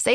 Say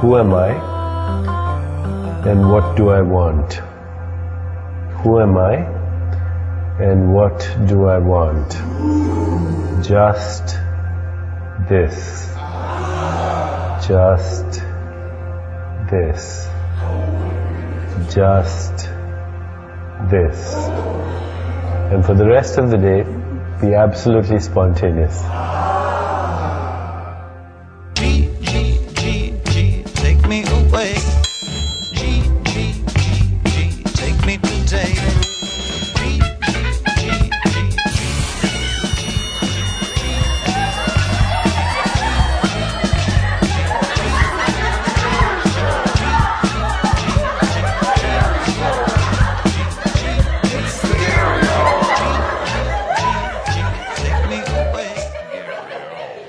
Who am I? And what do I want? Who am I? And what do I want? Just this. Just this. Just this. And for the rest of the day, be absolutely spontaneous. G, G, G, G, take me away. G, G, G, G, take me today. G, G, G, G. Take me away.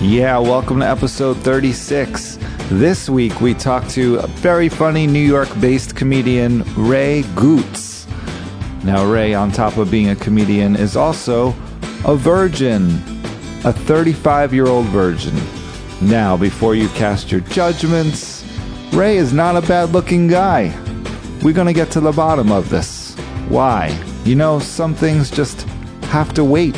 Yeah, welcome to episode 36. This week we talked to a very funny New York based comedian, Ray Goots. Now, Ray, on top of being a comedian, is also a virgin, a 35 year old virgin. Now, before you cast your judgments, Ray is not a bad looking guy. We're going to get to the bottom of this. Why? You know, some things just have to wait.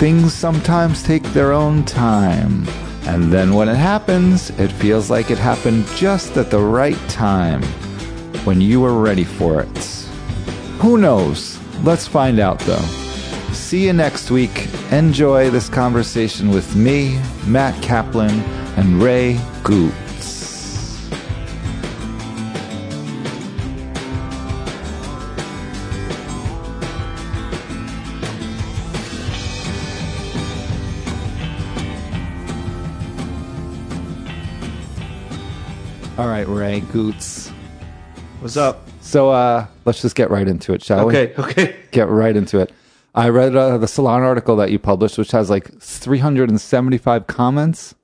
Things sometimes take their own time. And then when it happens, it feels like it happened just at the right time, when you were ready for it. Who knows? Let's find out though. See you next week. Enjoy this conversation with me, Matt Kaplan, and Ray Goots. All right, Ray Goots. What's up? So uh, let's just get right into it, shall we? Okay, okay. get right into it. I read uh, the Salon article that you published, which has like 375 comments.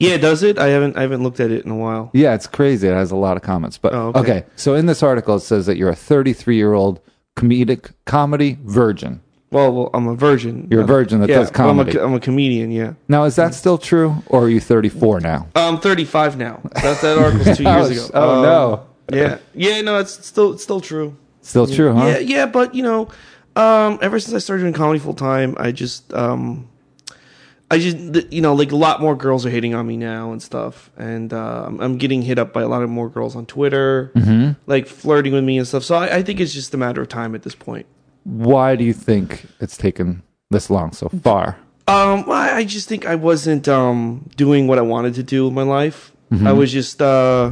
Yeah, does it? I haven't I haven't looked at it in a while. Yeah, it's crazy. It has a lot of comments. But Oh, okay. okay. so in this article, it says that you're a 33 year old comedic comedy virgin. Well, well I'm a virgin. Uh, You're a virgin that yeah, does well, comedy. I'm a, I'm a comedian. Yeah, Now, is that still true, or are you 34 now? I'm 35 now. That that article's two years Ouch. ago. Oh, Um, no. Yeah, yeah. No, it's still it's still true. Still true, huh? Yeah, yeah. But you know, um, ever since I started doing comedy full time, I just um, I just th- you know like a lot more girls are hitting on me now and stuff, and uh, I'm- I'm getting hit up by a lot of more girls on Twitter, Mm-hmm. like flirting with me and stuff. So I, I think it's just a matter of time at this point. Why do you think it's taken this long so far? Um, well, I I just think I wasn't um doing what I wanted to do with my life. I was just uh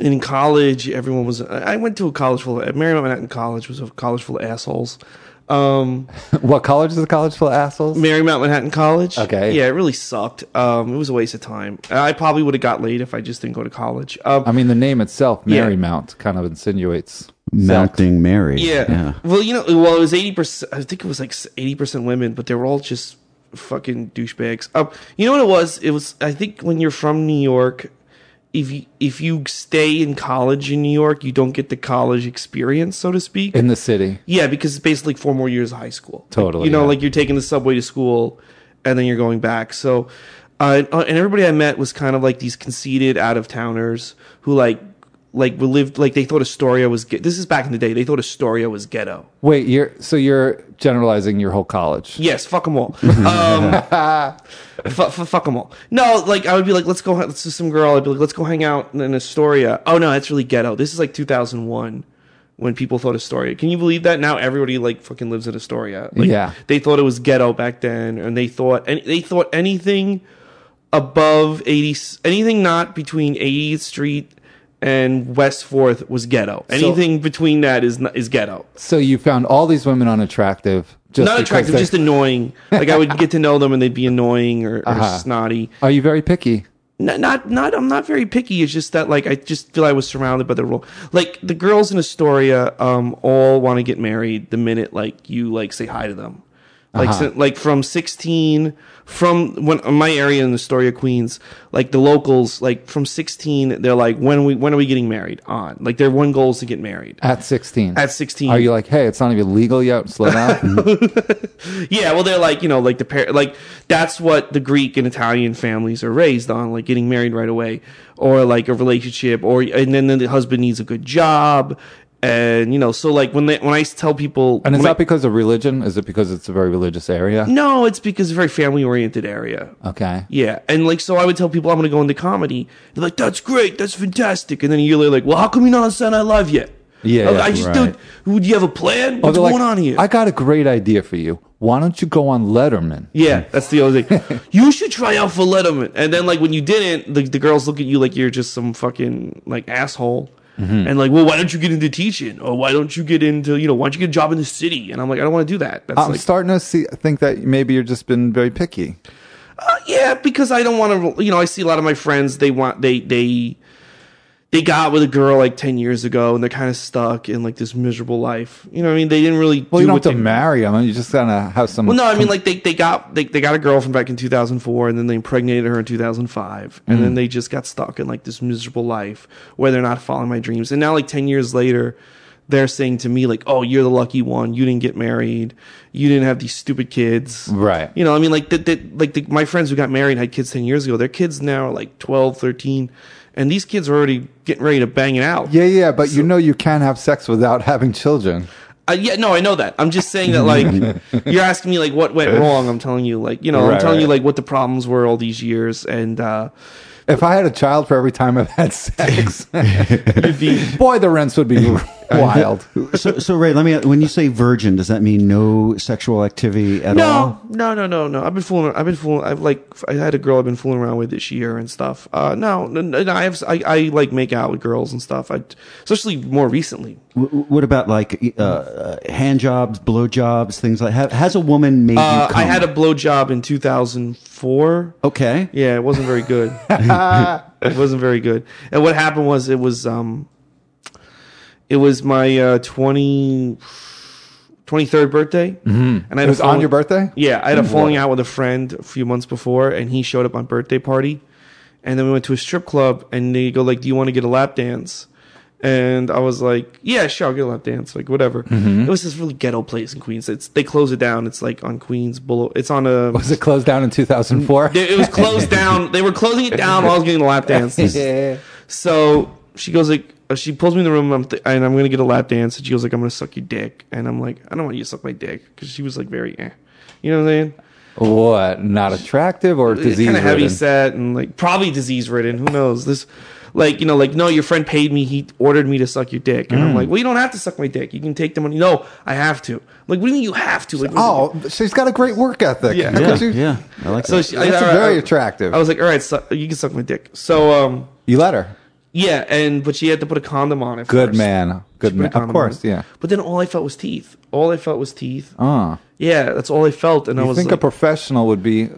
in college. Everyone was. I I went to a college full of Mary Manhattan College was a college full of assholes. Um, what college is a college full of assholes? Marymount Manhattan College. Okay. Yeah, it really sucked. Um, it was a waste of time. I probably would have got laid if I just didn't go to college. Um, I mean, the name itself, Yeah. Marymount, kind of insinuates. Mounting Mary. Yeah. Well, you know, well, it was eighty percent. I think it was like eighty percent women, but they were all just fucking douchebags. Um, you know what it was? It was. I think when you're from New York, if you if you stay in college in New York, you don't get the college experience, so to speak. in the city. yeah, because it's basically four more years of high school. Totally, You know, yeah. like you're taking the subway to school, and then you're going back. So. Uh, and everybody I met was kind of like these conceited out of towners who like like we lived like they thought Astoria was ge- this is back in the day they thought Astoria was ghetto. Wait, you're so you're generalizing your whole college. Yes, fuck them all. Um, fu- fu- fuck them all. No, like I would be like, let's go. Let's see some girl. I'd be like, let's go hang out in Astoria. Oh no, that's really ghetto. This is like 2001 when people thought Astoria. Can you believe that? Now everybody like fucking lives in Astoria. Like, Yeah. they thought it was ghetto back then, and they thought and they thought anything above 80 anything not between 80th Street and West Fourth was ghetto. Anything between that is not, is ghetto So you found all these women unattractive. Just not because attractive, they- just annoying. Like I would get to know them and they'd be annoying or, or Uh-huh. snotty. Are you very picky? Not, not, not. I'm not very picky. It's just that like I just feel I was surrounded by the role. Like the girls in Astoria, um, all want to get married the minute like you like say hi to them. Like Uh-huh. so- like from 16, from when my area in Astoria, Queens, like the locals, like from 16, they're like, when we when are we getting married? On like their one goal is to get married. At sixteen. At Mm-hmm. 16. Are you like, hey, it's not even legal yet. Slow down. Yeah, well, they're like you know, like the par- like that's what the Greek and Italian families are raised on, like getting married right away, or like a relationship, or and then, then the husband needs a good job, and you know, so like when they when I tell people, and it's when I- not because of religion. Is it because it's a very religious area? no, it's because it's a very family oriented area. Okay. Yeah, and like so, I would tell people I'm going to go into comedy. They're like, "That's great, that's fantastic," and then a year later, like, "Well, how come you're not on Saturday Night Live yet?" Yeah, I, I just right. dude, do you have a Or plan? What's they're like, going on here? I got a great idea for you. Why don't you go on Letterman? Yeah, that's the other thing. you should try out for Letterman. And then, like, when you didn't, the, the girls look at you like you're just some fucking, like, asshole. Mm-hmm. And, like, well, why don't you get into teaching? Or why don't you get into, you know, why don't you get a job in the city? And I'm like, I don't want to do that. That's I'm like, starting to see, think that maybe you're just been very picky. uh, yeah, because I don't want to, you know, I see a lot of my friends, they want, they, they, they got with a girl like 10 years ago and they're kind of stuck in, like, this miserable life. You know what I mean? They didn't really Well, you don't what have to they- marry them. You just gotta have some. Well, no, I mean, like they, they got they, they got a girl from back in 2004, and then they impregnated her in 2005, and Mm. then they just got stuck in like this miserable life where they're not following my dreams. And now, like 10 years later, they're saying to me like, "Oh, you're the lucky one. You didn't get married. You didn't have these stupid kids." Right. You know, I mean, like that. that like the, my friends who got married and had kids 10 years ago, their kids now are like 12, 13, and these kids are already getting ready to bang it out. yeah, yeah, but you know you can have sex without having children. Uh, yeah, no, I know that. I'm just saying that, like, you're asking me, like, what went wrong. I'm telling you, like, you know, I'm Right, telling you, right. like, what the problems were all these years, and uh, If I had a child for every time I've had sex, boy, the rents would be wild. so, so Ray, let me. When you say virgin, does that mean no sexual activity at no, all? no, no, no, no. I've been fooling. I've been fooling. I've like, I had a girl I've been fooling around with this year and stuff. Uh, no, no, no, I have. I, I like make out with girls and stuff. I, especially more recently. W- what about like uh, uh, hand jobs, blow jobs, things like? Ha- has a woman made Uh, you? Come? I had a blowjob in 2004. okay. Yeah, it wasn't very good. it wasn't very good. And what happened was it was um it was my uh 20 23rd birthday. Mm-hmm. And I had It a was on falling- your birthday. Yeah, I had a falling out with a friend a few months before and he showed up on birthday party. And then we went to a strip club and they go like, "Do you want to get a lap dance?" And I was like, "Yeah, sure, I'll get a lap dance." Like whatever. Mm-hmm. It was this really ghetto place in Queens. It's they close it down. It's like on Queens Boulevard. It's on um, a Was it closed down in 2004? they- it was closed down. They were closing it down while I was getting the lap dances. So she goes like, uh, she pulls me in the room, I'm th- and I'm gonna get a lap dance. And she goes like, I'm gonna suck your dick, and I'm like, I don't want you to suck my dick because she was like very, eh. you know what I'm saying? What? Not attractive or disease? kind of heavy ridden? set and like probably disease ridden. Who knows? This, like you know, like no, your friend paid me. He ordered me to suck your dick, Mm. and I'm like, well, you don't have to suck my dick. You can take the money. No, I have to. like, what do you mean you have to? Like, what is it? Oh, she's got a great work ethic. Yeah. How Yeah, could you- yeah, I like so that. she, That's I, I- very I- attractive. I was like, all right, suck you can suck my dick. So um. You let her. Yeah, and but she had to put a condom on it. Good first. man. Good She put a man. condom Of on course. it. Yeah. But then all I felt was teeth. All I felt was teeth. Oh. Yeah, that's all I felt, and I I was think like, a professional would be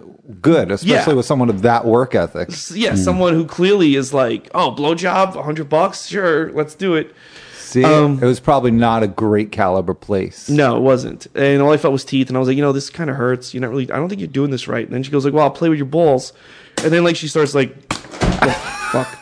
good, especially Yeah. with someone of that work ethic. yeah, someone who clearly is like, oh, blowjob, hundred bucks, sure, let's do it. See, it was probably not a great caliber place. Um, No, it wasn't, and all I felt was teeth, and I was like, you know, this kind of hurts. You're not really. I don't think you're doing this right. And then she goes like, well, I'll play with your balls, and then like she starts like, oh, fuck.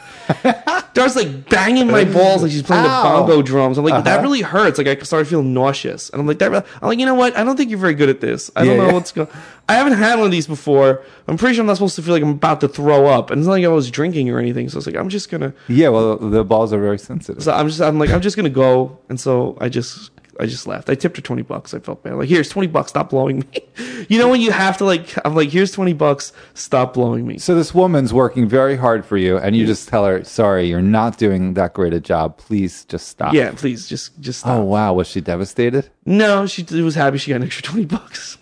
Dar's like banging my balls like she's playing Ow. Uh-huh. the bongo drums. I'm like, that really hurts. Like I started feeling nauseous, and I'm like, that. Really, I'm like, you know what? I don't think you're very good at this. I don't Yeah, know yeah. what's going. I haven't had one of these before. I'm pretty sure I'm not supposed to feel like I'm about to throw up, and it's not like I was drinking or anything. So it's like I'm just gonna. Yeah, well, the balls are very sensitive. So I'm just. I'm like I'm just gonna go, and so I just. I just left. I tipped her twenty bucks. I felt bad. Like, here's twenty bucks. Stop blowing me. You know when you have to like. I'm like, here's twenty bucks. Stop blowing me. So this woman's working very hard for you, and you just tell her, "Sorry, you're not doing that great a job. Please just stop." Yeah, please just just stop. Oh wow, was she devastated? No, she was happy she got an extra twenty bucks.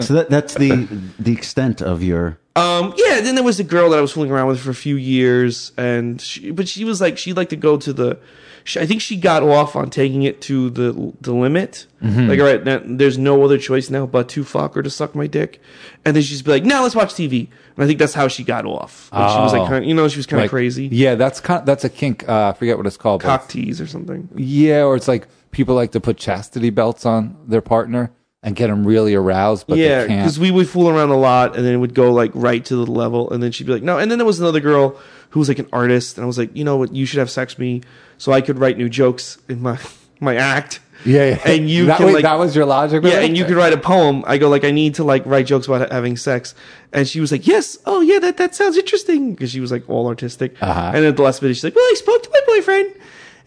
So that, that's the the extent of your. Um, yeah. Then there was the girl that I was fooling around with for a few years, and she, but she was like she liked to go to the. She, I think she got off on taking it to the the limit. Mm-hmm. Like, all right, now, there's no other choice now but to fuck or to suck my dick, and then she'd be like, "No, let's watch TV." And I think that's how she got off. Like, She was Oh. like, kind you know, she was kind of Like, crazy. Yeah, that's kind that's a kink. Uh, I forget what it's called. but Cock tease or something. Yeah, or it's like people like to put chastity belts on their partner and get them really aroused, but yeah, they can't. because we would fool around a lot, and then it would go like right to the level, and then she'd be like, "No." And then there was another girl who was like an artist, and I was like, "You know what? You should have sex with me, so I could write new jokes in my my act." yeah, yeah, and you that, can wait, like that was your logic. with yeah, it? and you could write a poem. I go like, I need to like write jokes about having sex, and she was like, "Yes, oh yeah, that that sounds interesting," because she was like all artistic. Uh-huh. And at the last minute, she's like, "Well, I spoke to my boyfriend."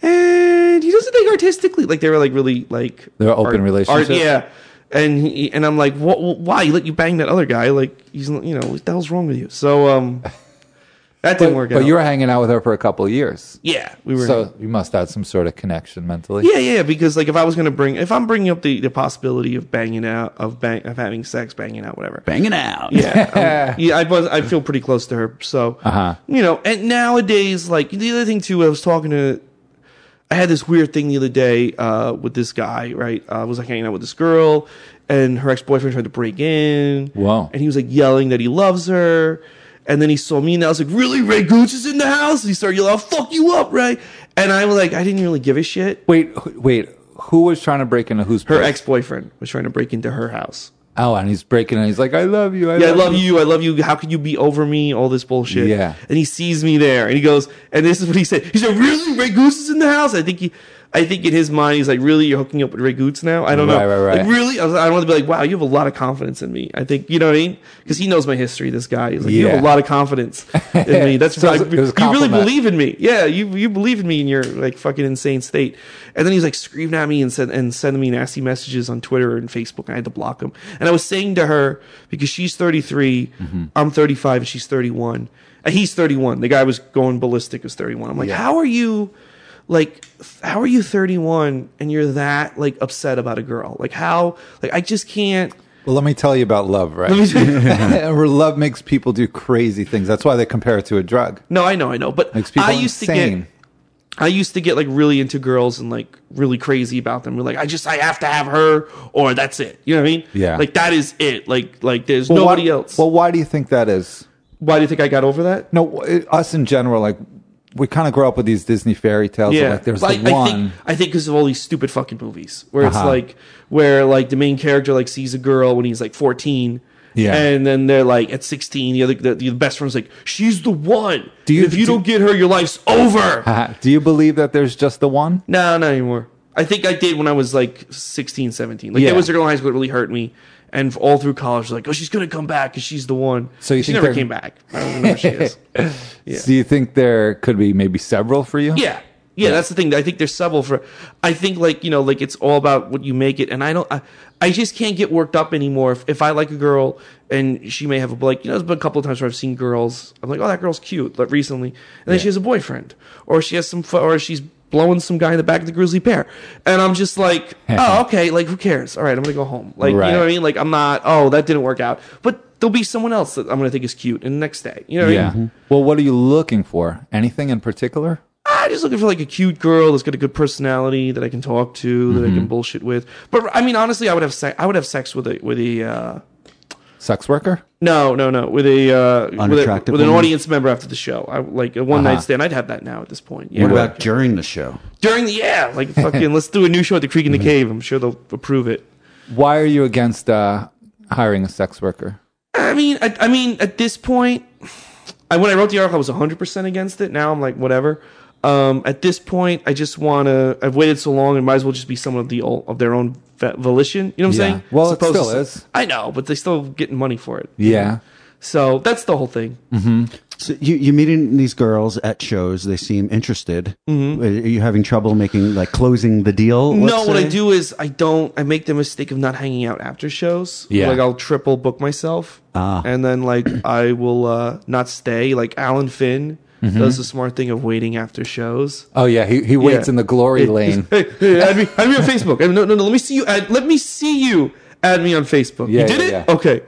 And he doesn't think artistically. Like they were like really like They're open relationship? yeah. And he, and I'm like, what? Why you let you bang that other guy? Like he's not- you know what the hell's wrong with you? So um, that didn't But, work out. but you were hanging out with her for a couple of years, yeah, we were so you must have some sort of connection mentally. yeah, yeah, because like if I was gonna bring, if I'm bringing up the, the possibility of banging out, of bang, of having sex, banging out, whatever. Banging out. Yeah, um, yeah, I was, I feel pretty close to her. So, Uh-huh. you know, and nowadays, like the other thing too, I was talking to, I had this weird thing the other day uh, with this guy. Right, uh, I was like hanging out with this girl, and her ex boyfriend tried to break in. Wow. And he was like yelling that he loves her. And then he saw me and I was like, Really? Ray Gooch is in the house? And he started yelling, I'll fuck you up, Ray. And I was like, I didn't really give a shit. Wait, wh- wait. Who was trying to break into whose? her place? ex boyfriend was trying to break into her house. Oh, and he's breaking, and he's like, "I love you. I Yeah, I love love you. I love you. How could you be over me? All this bullshit. Yeah. And he sees me there, and he goes, and this is what he said. He said, "Really, Ray Goose is in the house." I think he, I think in his mind, he's like, "Really, you're hooking up with Ray Goose now?" I don't Right, know. right, right. Like, really, I, was, I want to be like, "Wow, you have a lot of confidence in me." I think you know what I mean because he knows my history. This guy, he's like, "You have Yeah. a lot of confidence in me." That's So it right. was- it was a you really compliment. believe believe in me. Yeah, you you believe in me in your like fucking insane state. And then he's like screaming at me and sent and sending me nasty messages on Twitter and Facebook. I had to block him. And I was saying to her because she's 33, Mm-hmm. I'm 35, and she's 31. And he's 31. The guy was going ballistic was 31. I'm like, how are you? Like, th- how are you 31 and you're that like upset about a girl? Like, how? Like, I just can't. Well, let me tell you about love, right? love makes people do crazy things. That's why they compare it to a drug. No, I know, I know, but Makes people I used to insane. get I used to get like really into girls and like really crazy about them. We're like, I just I have to have her or that's it. You know what I mean? Yeah. Like that is it. Like like there's Well, nobody why, else. Well, why do you think that is? Why do you think I got over that? No, it, us in general, like we kind of grow up with these Disney fairy tales. Yeah, like there's Like, the I one. think I think because of all these stupid fucking movies where it's Uh-huh. like where like the main character like sees a girl when he's like 14. Yeah. And then they're like at 16, the other the, the best friend's like, she's the one. Do you- if you do- don't get her, your life's over. Uh, do you believe that there's just the one? No, not anymore. I think I did when I was like 16, 17. Like, Yeah. there was a girl in high school that really hurt me. And all through college, like, oh, she's going to come back because she's the one. So you she think they're- never came back. I don't even know where she is. Yeah. Do you think there could be maybe several for you? Yeah. Yeah, that's the thing. I think there's several for. I think like you know, like it's all about what you make it, and I don't. I, I just can't get worked up anymore. If, if I like a girl and she may have a like, you know, there's been a couple of times where I've seen girls. I'm like, oh, that girl's cute, like recently, and then she has a boyfriend, or she has some, fu- or she's blowing some guy in the back of the grizzly bear, and I'm just like, oh, okay, like who cares? All right, I'm gonna go home. Like you know what Right. I mean? Like I'm not. Oh, that didn't work out, but there'll be someone else that I'm gonna think is cute, and the next day, you know. What I mean? Yeah. Well, what are you looking for? Anything in particular? I'm Ah, just looking for like a cute girl that's got a good personality that I can talk to, that I Mm-hmm. can bullshit with. But I mean, honestly, I would have sex. I would have sex with a with a uh, Sex worker? no, no, no, with a uh, with, a, Unattractive with an woman? audience member after the show. I like a one Uh-huh. night stand. I'd have that now at this point. Yeah, What about during the show? during the yeah, like fucking. let's do a new show at the Creek in Mm-hmm. the Cave. I'm sure they'll approve it. Why are you against uh, hiring a sex worker? I mean, I, I mean, at this point, I when I wrote the article, I was 100 percent against it. Now I'm like, whatever. Um, at this point, I just want to. I've waited so long, it might as well just be someone of the ol- of their own fa- volition. You know what I'm Yeah. saying? Well, it Supposed still to- is. I know, but they still getting money for it. Yeah. So that's the whole thing. So you, you're meeting these girls at shows. They seem interested. Are you having trouble making like closing the deal? Mm-hmm. no, let's what I say? do is I don't. I make the mistake of not hanging out after shows. Yeah. like I'll triple book myself, Ah. and then like I will uh, not stay. Like Alan Finn Mm-hmm. does the smart thing of waiting after shows. Oh yeah, he, he waits Yeah. in the glory Hey, lane. Hey, hey, add me, add me on Facebook. No, no, no. Let me see you. Add, let me see you. Add me on Facebook. Yeah, you did yeah, it. yeah. Okay.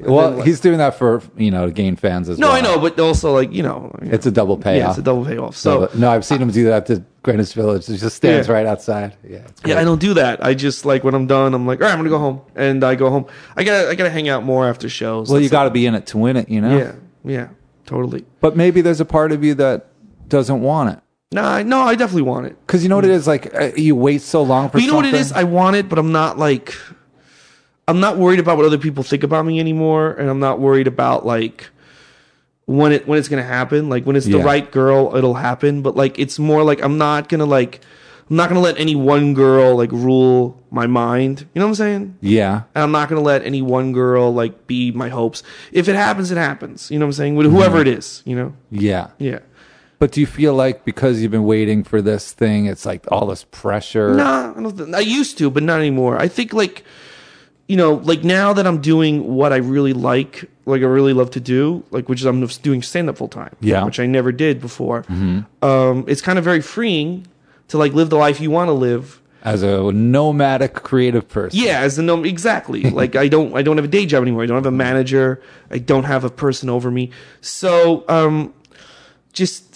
Well, he's doing that for you know to gain fans as No, well. I know, but also like you know, It's a double payoff. yeah, it's a double payoff. So, So no, I've seen him do that to Greenwich Village. He just stands Yeah. right outside. Yeah, it's yeah, great. I don't do that. I just like when I'm done, I'm like, all right, I'm gonna go home, and I go home. I gotta, I gotta hang out more after shows. Well, you That's got to be in it to win it, you know. it. yeah, yeah, totally. But maybe there's a part of you that doesn't want it No, I, no, I definitely want it. because you know what it is. Like uh, you wait so long for. Hmm. But you know what it something. is? I want it, but I'm not like, I'm not worried about what other people think about me anymore, and I'm not worried about like when it when it's gonna happen. Like when it's the Yeah. right girl, it'll happen. But like it's more like I'm not gonna like I'm not gonna let any one girl like rule my mind. You know what I'm saying? yeah. And I'm not gonna let any one girl like be my hopes. If it happens, it happens. You know what I'm saying? With whoever it is, you know? Yeah. Yeah. But do you feel like because you've been waiting for this thing, it's like all this pressure? Nah, I don't. Th- I used to, but not anymore. I think like, you know, like now that I'm doing what I really like, like I really love to do, like which is I'm just doing stand up full time. Yeah. which I never did before. Um, it's kind of very freeing to like live the life you want to live. As a nomadic creative person. Yeah, as the no, exactly. like I don't, I don't have a day job anymore. I don't have a manager. I don't have a person over me. So, um, just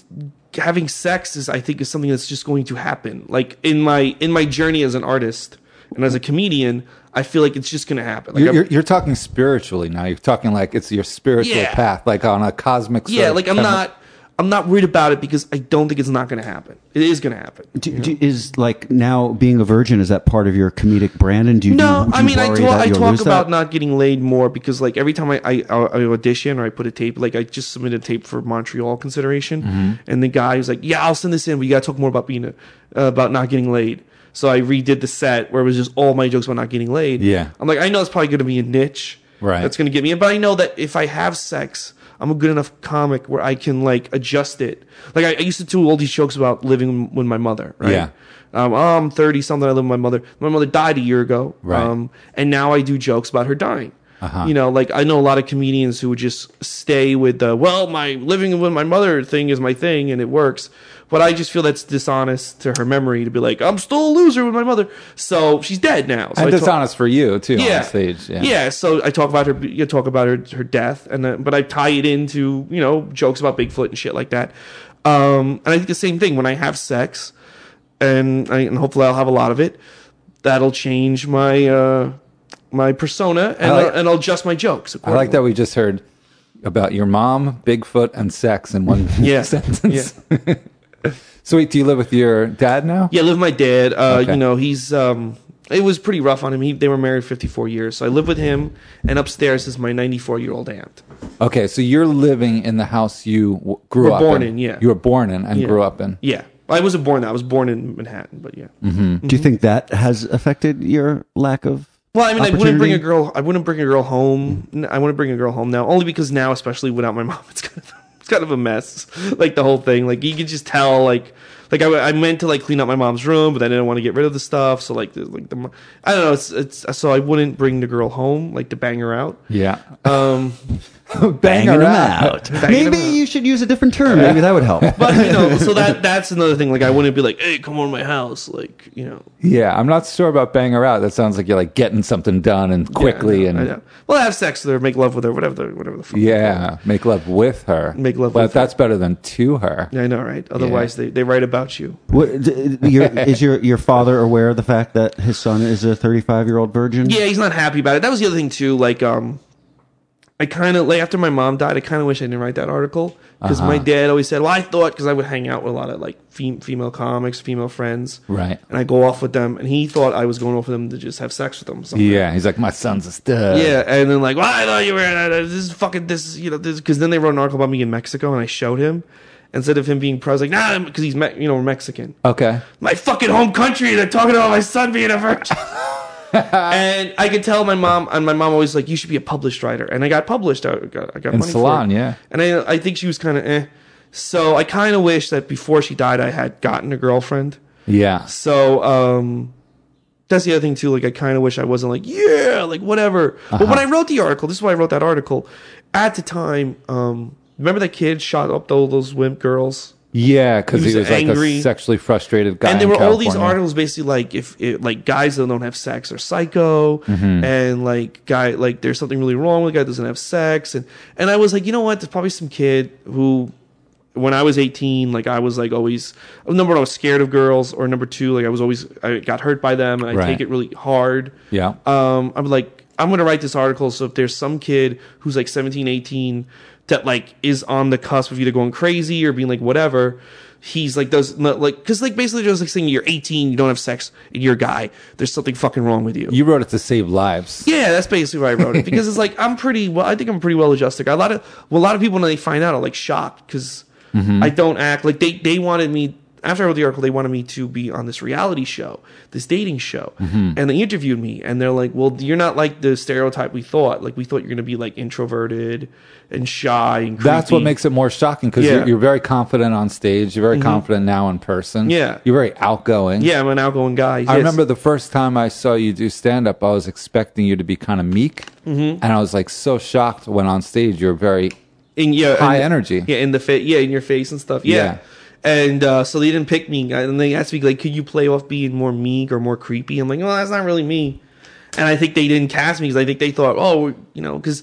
having sex is, I think, is something that's just going to happen. Like in my in my journey as an artist and as a comedian, I feel like it's just going to happen. Like You're, I'm- you're, you're talking spiritually now. You're talking like it's your spiritual Yeah. path, like on a cosmic. yeah, sort of- like I'm not, I'm not worried about it because I don't think it's not going to happen. It is going to happen. Do, do, is like now being a virgin is that part of your comedic brand? And do you No, do, I you mean I worry talk, that I you'll talk lose about that? not getting laid more because like every time I, I I audition or I put a tape, like I just submitted a tape for Montreal consideration, Mm-hmm. and the guy was like, "Yeah, I'll send this in, but you gotta talk more about being a, uh, about not getting laid." So I redid the set where it was just all my jokes about not getting laid. Yeah. I'm like, I know it's probably gonna be a niche, Right. That's gonna get me in, but I know that if I have sex. I'm a good enough comic where I can like adjust it. Like I, I used to do all these jokes about living with my mother, right? Yeah. Um, I'm 30 something. I live with my mother. My mother died a year ago. Right. Um, and now I do jokes about her dying. You know, like I know a lot of comedians who would just stay with the well, my living with my mother thing is my thing and it works. But I just feel that's dishonest to her memory to be like, I'm still a loser with my mother. So she's dead now. So And I talk- dishonest for you too on stage. Yeah. so I talk about her. You talk about her her death, and then, but I tie it into you know jokes about Bigfoot and shit like that. Um, and I think the same thing when I have sex, and I, and hopefully I'll have a lot of it. That'll change my uh, my persona, and like- I'll, and I'll adjust my jokes. I like that we just heard about your mom, Bigfoot, and sex in one Yeah. sentence. so wait, do you live with your dad now? Yeah, I live with my dad. Uh, Okay. You know, he's um, it was pretty rough on him. He, they were married 54 years, so I live with him, and upstairs is my 94 year old aunt. Okay, so you're living in the house you w- grew Were up born in, yeah. You were born in and Yeah. grew up in. Yeah, I wasn't born that. I was born in Manhattan, but yeah. Do you think that has affected your lack of? Mm-hmm. Well, I mean, I wouldn't bring opportunity? a girl. I wouldn't bring a girl home. N- I wouldn't bring a girl home now, only because now, especially without my mom, it's kind of it's kind of a mess. Like the whole thing. Like you could just tell. Like like I, I meant to like clean up my mom's room, but I didn't want to get rid of the stuff. So like the, like the mo- I don't know. It's it's so I wouldn't bring the girl home like to bang her out. Yeah. Um, Bang Banging her them out. out. Banging Maybe them out. you should use a different term. Maybe that would help. but you know, so that that's another thing. Like I wouldn't be like, hey, come over to my house. Like you know. Yeah, I'm not sure about bang her out. That sounds like you're like getting something done and quickly I know, and I know. well, have sex with her, make love with her, whatever the whatever the fuck. yeah, make love with her. Make love but with her. that's better than to her. I know, right? Otherwise, they, they write about you. What, d- your, is your your father aware of the fact that his son is a 35 year old virgin? Yeah, he's not happy about it. That was the other thing too. Like, um, I kind of like after my mom died, I kind of wish I didn't write that article because Uh-huh. my dad always said, "Well, I thought because I would hang out with a lot of like fem- female comics, female friends, Right. And I go off with them, and he thought I was going off with them to just have sex with them. somewhere. Yeah, he's like, my son's a stud. Yeah, and then like, well, I thought you were uh, this is fucking this, is, you know, this because then they wrote an article about me in Mexico, and I showed him instead of him being proud, I was like, nah, because he's me- you know we're Mexican, Okay. my fucking home country. They're talking about my son being a virgin, and I could tell my mom, and my mom always like, you should be a published writer, and I got published. I got, I got In money Salon, for it. yeah. and I I think she was kind of eh, so I kind of wish that before she died, I had gotten a girlfriend. Yeah. So um that's the other thing too. Like I kind of wish I wasn't like yeah, like whatever. But Uh-huh. when I wrote the article, this is why I wrote that article. At the time, um, remember that kid shot up all those wimp girls, Yeah, because He he was, was like a angry. sexually frustrated guy. and there in were all these California. articles basically like if it, like guys that don't have sex are psycho, Mm-hmm. and like guy like there's something really wrong with a guy that doesn't have sex, and and I was like, you know what? There's probably some kid who. When I was 18, like I was like always number one, I was scared of girls, or number two, like I was always I got hurt by them, and I Right. take it really hard. Yeah. um, I'm like, I'm going to write this article. So if there's some kid who's like 17, 18 that like is on the cusp of either going crazy or being like whatever, he's like, does not like, cause like basically just like saying you're 18, you don't have sex, and you're a guy. There's something fucking wrong with you. you wrote it to save lives. yeah, that's basically why I wrote it because it's like I'm pretty well. I think I'm pretty well adjusted. A lot of well, a lot of people when they find out are like shocked because Mm-hmm. I don't act like they they wanted me after I wrote the article. They wanted me to be on this reality show, this dating show, Mm-hmm. and they interviewed me and they're like, "Well, you're not like the stereotype we thought. Like we thought you're gonna be like introverted and shy and creepy. That's what makes it more shocking because Yeah. Mm-hmm. you're, you're very confident on stage. You're very confident now in person. Yeah. You're very outgoing. yeah. I'm an outgoing guy. I Yes. remember the first time I saw you do stand up, I was expecting you to be kind of meek. Mm-hmm. And I was like so shocked when on stage you're very. in yeah, High in- energy. Yeah, in the fa- yeah, in your face and stuff. Yeah. Yeah. And uh, so they didn't pick me, and they asked me like, "Could you play off being more meek or more creepy?" I'm like, "Well, that's not really me." And I think they didn't cast me because I think they thought, "Oh, you know," because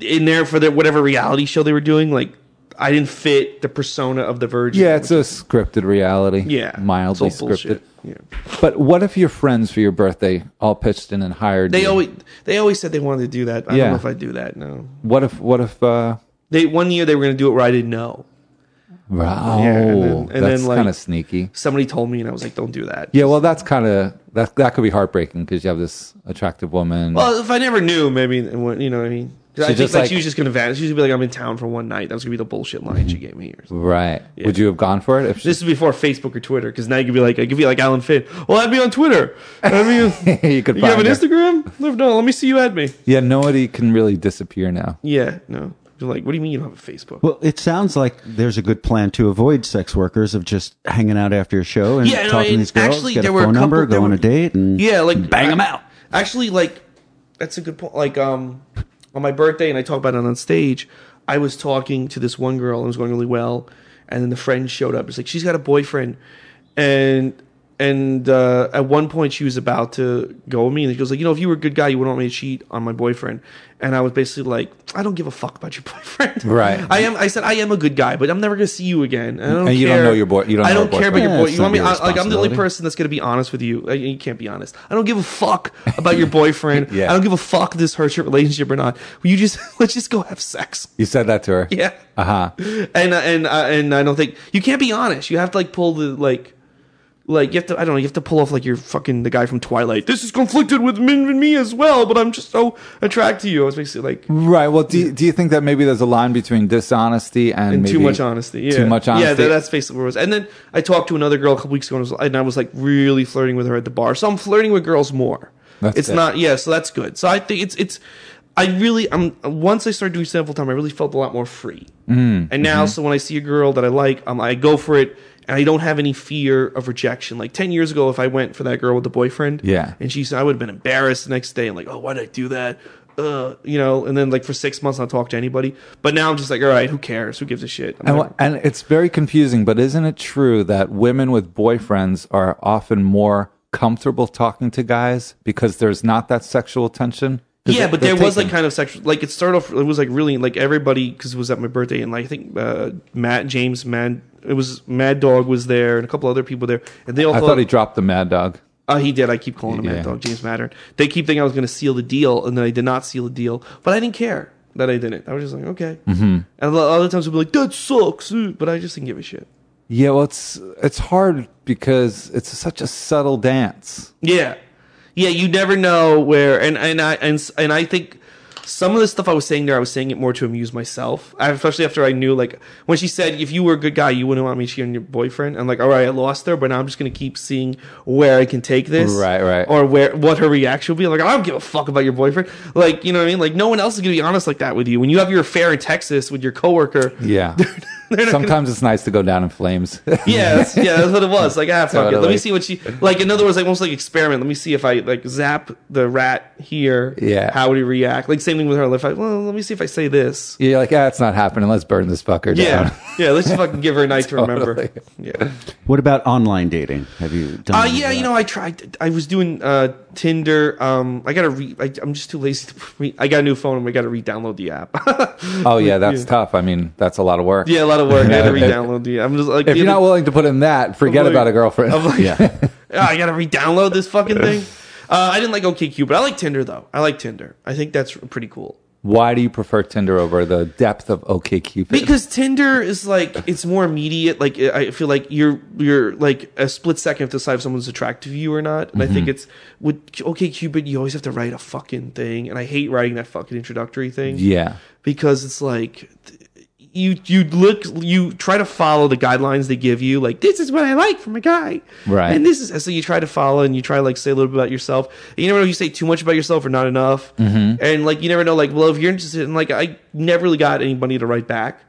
in there for their whatever reality show they were doing, like I didn't fit the persona of the virgin. Yeah, it's a scripted reality. yeah, Mildly it's all scripted. bullshit. Yeah. But what if your friends for your birthday all pitched in and hired They you? always they always said they wanted to do that. I Yeah. don't know if I do that. No, What if, what if, uh, they one year they were going to do it where I didn't know. wow. and then- and that's then, like- kind of sneaky. Somebody told me, and I was like, "Don't do that." Yeah, well, that's kind of, that, that could be heartbreaking because you have this attractive woman. Well, if I never knew, maybe it wouldn't- you know what I mean. 'Cause So I think just like, like- she was just gonna vanish. She was gonna be like, "I'm in town for one night." That was gonna be the bullshit line she gave me. Or something. right. Would you have gone for it? If she, This is before Facebook or Twitter, because now you could be like, I could be like Alan Finn. Well, I'd be on Twitter. I mean, you could you have find an her. Instagram? No, no, let me see you add me. Yeah, nobody can really disappear now. Yeah, no. You're like, what do you mean you don't have a Facebook? Well, it sounds like there's a good plan to avoid sex workers of just hanging out after a show and Yeah, no, talking to it- these girls, actually, get a there were a phone number, couple- there go on were- a date, and yeah, like bang 'em out. Actually, like that's a good point. Like um, on my birthday, and I talk about it on stage. I was talking to this one girl, and it was going really well, and then the friend showed up. It's like she's got a boyfriend, and and uh, at one point she was about to go with me, and she goes like, you know, if you were a good guy, you wouldn't want me to cheat on my boyfriend. And I was basically like, I don't give a fuck about your boyfriend. Right. I am. I said I am a good guy, but I'm never gonna see you again. And, I don't And you don't care. know your boy- you don't I know your don't care about boyfriend. your Yeah, boy. it's You want me? not I, your like I'm the responsibility. only person person that's going to be honest with you. Uh, You can't be honest. I don't give a fuck about your boyfriend. Yeah. I don't give a fuck if this hurts your relationship or not. You just let's just go have sex. You said that to her. Yeah. Uh huh. And uh, and uh, and I don't think you can't be honest. You have to like pull the like like you have to I don't know, you have to pull off like you're fucking the guy from Twilight. This is conflicted with me, with me as well, but I'm just so attracted to you. I was basically like Right. Well, do, do you think that maybe there's a line between dishonesty and, and too maybe much honesty. Yeah. Too much Yeah, honesty. that, that's basically where it was. And then I talked to another girl a couple weeks ago, and, I was, and I was like really flirting with her at the bar. So I'm flirting with girls more. That's it's good. not yeah. So that's good. So I think it's it's. I really I'm once I started doing stand full time, I really felt a lot more free. Mm-hmm. Mm, and now, so when I see a girl that I like, um, I go for it. And I don't have any fear of rejection. Like ten years ago, if I went for that girl with a boyfriend, Yeah. and she said I would have been embarrassed the next day and like, oh, why did I do that? Uh, you know, and then like for six months, I'll talk to anybody. But now I'm just like, all right, who cares? Who gives a shit? I'm and, never- wha- and it's very confusing, but isn't it true that women with boyfriends are often more comfortable talking to guys because there's not that sexual tension? 'Cause yeah, they- but they're there was like taken. kind of sexual, like it started off. It was like really like everybody because it was at my birthday, and like I think uh, Matt James Mad, it was Mad Dog was there, and a couple other people there, and they all I thought, thought he dropped the mad dog. oh, he did. I keep calling him Yeah. Mad Dog James Mattern. They keep thinking I was going to seal the deal, and then I did not seal the deal, but I didn't care. that I didn't. I was just like, okay. Mm-hmm. And a lot of times people be like, that sucks, uh, but I just didn't give a shit. Yeah, well, it's it's hard because it's such a subtle dance. Yeah, yeah. You never know where, and and I and s- and I think some of the stuff I was saying there, I was saying it more to amuse myself. I, especially after I knew, like when she said, "If you were a good guy, you wouldn't want me cheating on your boyfriend." I'm like, all right, I lost her, but now I'm just gonna keep seeing where I can take this, Right, right. or where what her reaction will be. Like, I don't give a fuck about your boyfriend. Like, you know what I mean? Like, no one else is gonna be honest like that with you when you have your affair in Texas with your coworker. Yeah. Sometimes it's nice to go down in flames. Yeah, that's, yeah, that's what it was. Like, ah, fuck it. Let Totally. me see what she like. In other words, like almost like experiment. Let me see if I like zap the rat here. Yeah. how would he react? Like same thing with her. Like, if I, well, let me see if I say this. You're like, ah, it's not happening. Let's burn this fucker down. Yeah, yeah. Let's just fucking give her a night to remember. Totally. Yeah. What about online dating? Have you done? Uh, any of yeah, you that? know, I tried. I was doing uh, Tinder. Um, I gotta re. I, I'm just too lazy to. Re- I got a new phone and I gotta re-download the app. Oh yeah, that's tough. I mean, that's a lot of work. yeah, a lot of work. I had to Yeah. re-download the. I'm just like If the you're other- not willing to put in that, forget I'm like- about a girlfriend. I'm like, "Ah, I gotta re-download this fucking thing. Uh, I didn't like OKCupid. I like Tinder though. I like Tinder. I think that's pretty cool Why do you prefer Tinder over the depth of OKCupid? because Tinder is like it's more immediate. Like I feel like you're you're like a split second to decide if someone's attractive to you or not. And I think it's with OKCupid you always have to write a fucking thing, and I hate writing that fucking introductory thing. yeah, because it's like th- you you look you try to follow the guidelines they give you like this is what i like from a guy Right. and this is and so you try to follow and you try to like say a little bit about yourself and you never know if you say too much about yourself or not enough and like you never know like well if you're interested in like i never really got anybody to write back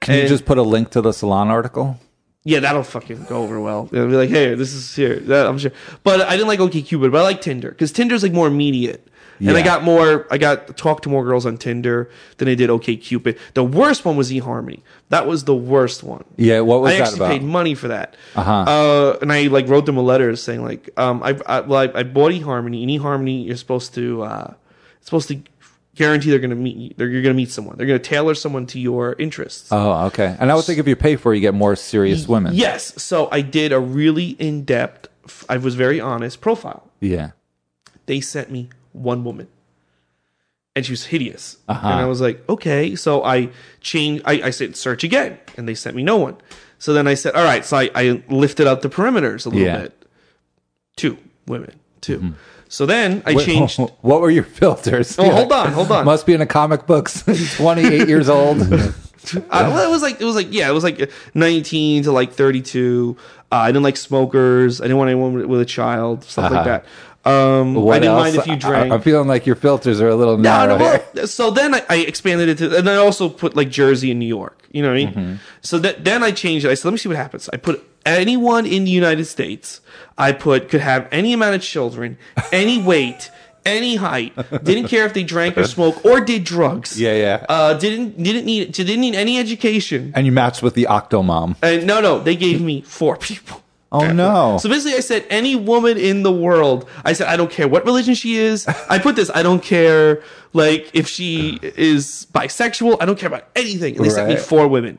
can you and- just put a link to the salon article? yeah that'll fucking go over well they'll be like hey this is here that, i'm sure but i didn't like okcupid but i like tinder because tinder's like more immediate and i Yeah. got more i got talked to more girls on tinder than i did okcupid the worst one was eharmony that was the worst one Yeah, what was I that actually about? paid money for that. Uh-huh. Uh, and I like wrote them a letter saying like, um, I, I well, I, I bought eHarmony. And eHarmony, you're supposed to, uh, it's supposed to guarantee they're gonna meet, you- they're, you're gonna meet someone. They're gonna tailor someone to your interests. oh, okay. And I would think if you pay for, it, you get more serious women. Yes. So I did a really in depth. I was very honest profile. yeah. They sent me one woman. And she was hideous. Uh-huh. And I was like, okay. So I changed, I, I said search again. And they sent me no one. So then I said, all right. So I, I lifted up the perimeters a little Yeah. Mm-hmm. bit. Two women, 2 So then I Wait, changed. oh, what were your filters? Oh, hold on, hold on. Must be in a comic books. Twenty-eight years old. Uh, well, it was like it was like yeah, it was like 19 to like 32. Uh, I didn't like smokers. I didn't want anyone with, with a child, stuff Uh-huh. like that. Um, What I didn't else? Uh, mind if you drank. I, am feeling like your filters are a little No, narrow. no, here. well, so then I, I expanded it to, and I also put like Jersey and New York. You know what I mean? Mm-hmm. So that, then I changed it. I said, let me see what happens. I put anyone in the United States. I put could have any amount of children, any weight, any height. Didn't care if they drank or smoked or did drugs. Yeah, yeah. Uh, didn't didn't need didn't need any education. and you matched with the Octomom. And Uh, no, no, they gave me four people. Hmm. Oh no! So basically, I said any woman in the world. I said I don't care what religion she is. I put this. I don't care like if she is bisexual. I don't care about anything. And they sent me Right. four women.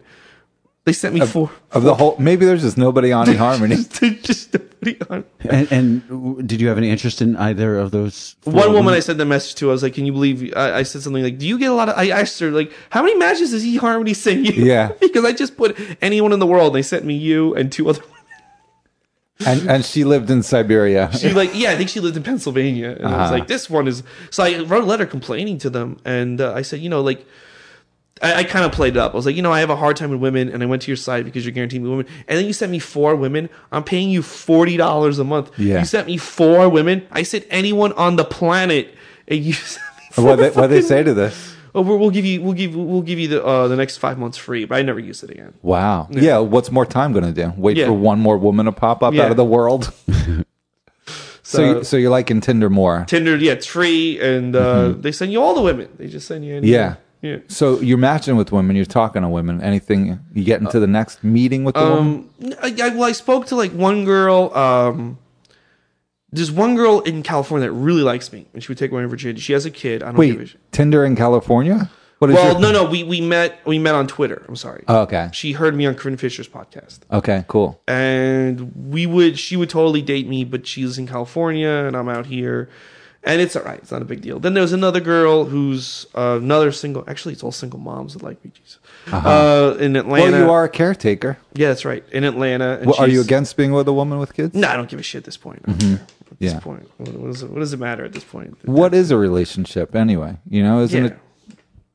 They sent me four. of the whole, maybe there's just nobody on eHarmony. They're just nobody on- And, and w- did you have any interest in either of those? four One woman women? I sent the message to. I was like, "Can you believe?" I, I said something like, "Do you get a lot of?" I asked her like, "How many matches does eHarmony send you?" Yeah. because I just put anyone in the world. They sent me you and two other. women. and and she lived in Siberia. She like, yeah, I think she lived in Pennsylvania, and I was like, this one is. So I wrote a letter complaining to them, and uh, I said, you know, like, I, I kind of played it up. I was like, you know, I have a hard time with women, and I went to your site because you're guaranteeing me women, and then you sent me four women. I'm paying you forty dollars a month. Yeah. you sent me four women. I said anyone on the planet, and you. Sent me four what they, what they fucking- say to this? Oh, we'll we'll give you, we'll give, we'll give you the uh, the next five months free, but I never used it again. Wow. Yeah. what's more time going to do? Wait Yeah. for one more woman to pop up Yeah. out of the world. so you- So- so you're liking Tinder more. Tinder, yeah, it's free, and uh, they send you all the women. They just send you. Any Yeah. yeah. So you're matching with women. You're talking to women. Anything you get into the next meeting with the Um, woman? I, I, well, I spoke to like one girl. Um, there's one girl in California that really likes me, and she would take me to Virginia. She has a kid. I don't give a Wait, shit. Tinder in California? What is Well, your- no, no, we, we met we met on Twitter. I'm sorry. Oh, okay. She heard me on Corinne Fisher's podcast, Okay. Cool. and we would she would totally date me, but she's in California and I'm out here, and it's all right. It's not a big deal. Then there's another girl who's uh, another single. Actually, it's all single moms that like me. Jesus. Uh, in Uh-huh. Well, Atlanta. you are a caretaker. Yeah, that's right. In Atlanta. And Well, are you she's- against being with a woman with kids? No, I don't give a shit at this point. I don't care At this Mm-hmm. Yeah. point, what, what, is it, what does it matter at this point? What is a relationship anyway? You know, isn't Yeah. it?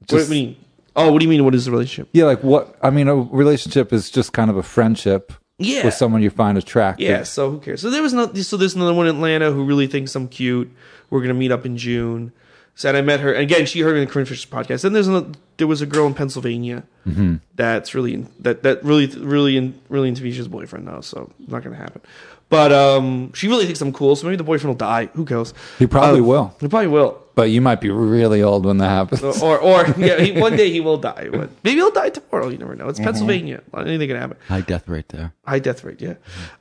just- what do you mean? Oh, what do you mean? What is the relationship? Yeah, like what? I mean, a relationship is just kind of a friendship Yeah. with someone you find attractive. Yeah, so who cares? So there was no so there's another one in Atlanta who really thinks I'm cute. We're gonna meet up in June. Said I met her again. She heard me in the Corinne Fisher podcast. Then there's another, there was a girl in Pennsylvania Mm-hmm. that's really in- that that really really in, really into Misha's boyfriend now. So not gonna happen. But um, she really thinks I'm cool. So maybe the boyfriend will die. Who cares? He probably Uh, will. He probably will. But you might be really old when that happens. Or or yeah, he, one day he will die. But maybe he'll die tomorrow. You never know. It's Pennsylvania. Anything can happen High death rate there. high death rate yeah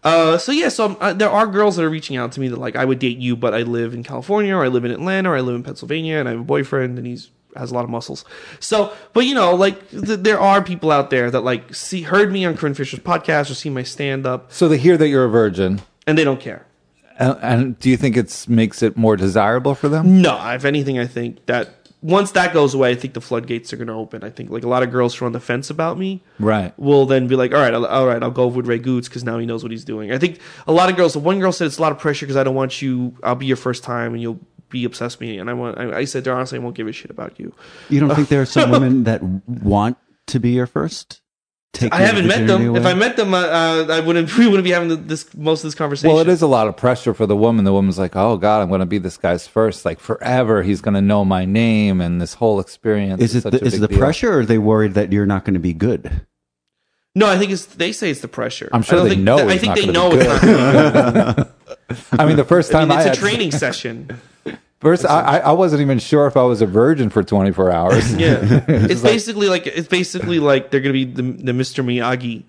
uh, so yeah so um, uh, there are girls that are reaching out to me that like i would date you but i live in california or i live in atlanta or i live in pennsylvania and i have a boyfriend and he's has a lot of muscles so but you know like th- there are people out there that like see heard me on corinne fisher's podcast or see my stand-up so they hear that you're a virgin, and they don't care and, and do you think it makes it more desirable for them? no if anything i think that once that goes away i think the floodgates are going to open i think like a lot of girls who are on the fence about me Right. will then be like, all right, I'll- all right, I'll go with Ray Goots because now he knows what he's doing. I think a lot of girls. The one girl said it's a lot of pressure because I don't want you. I'll be your first time and you'll be obsessed with me. And I want. I, I said, there honestly, I won't give a shit about you. You don't think there are some women that want to be your first? Take I your haven't met virginity them. If away? I met them, uh, uh, I wouldn't. We wouldn't be having the, this most of this conversation. Well, it is a lot of pressure for the woman. The woman's like, "Oh God, I'm going to be this guy's first, like forever. He's going to know my name and this whole experience." is it such the, a is big it the deal." pressure, or are they worried that you're not going to be good? No, I think it's. They say it's the pressure. I'm sure I don't they think, know I it's think not gonna they know be it's not. gonna be good. I mean, the first I time I, mean, had, it's a training session. first, I, I I wasn't even sure if I was a virgin for 24 hours. Yeah, it's basically like it's basically like they're gonna be the, the Mr. Miyagi,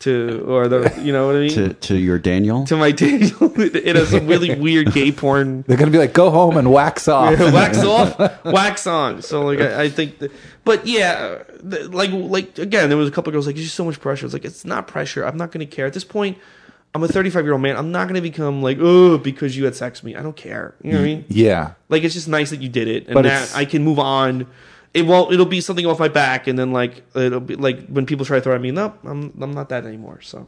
to or the you know what I mean To to your Daniel, to my table. it has some really weird gay porn. They're going to be like, "Go home and wax off." wax off, wax on. So like I, I think, that, but yeah, the, like like again, there was a couple girls like, "There's just so much pressure." It's like it's not pressure. I'm not gonna care at this point. I'm a 35 year old man. I'm not gonna become like oh because you had sex with me. I don't care. You know what I mean? yeah. Like it's just nice that you did it, and But that it's- I can move on. It won't. It'll be something off my back, and then like it'll be like when people try to throw at me, no, I'm I'm not that anymore. So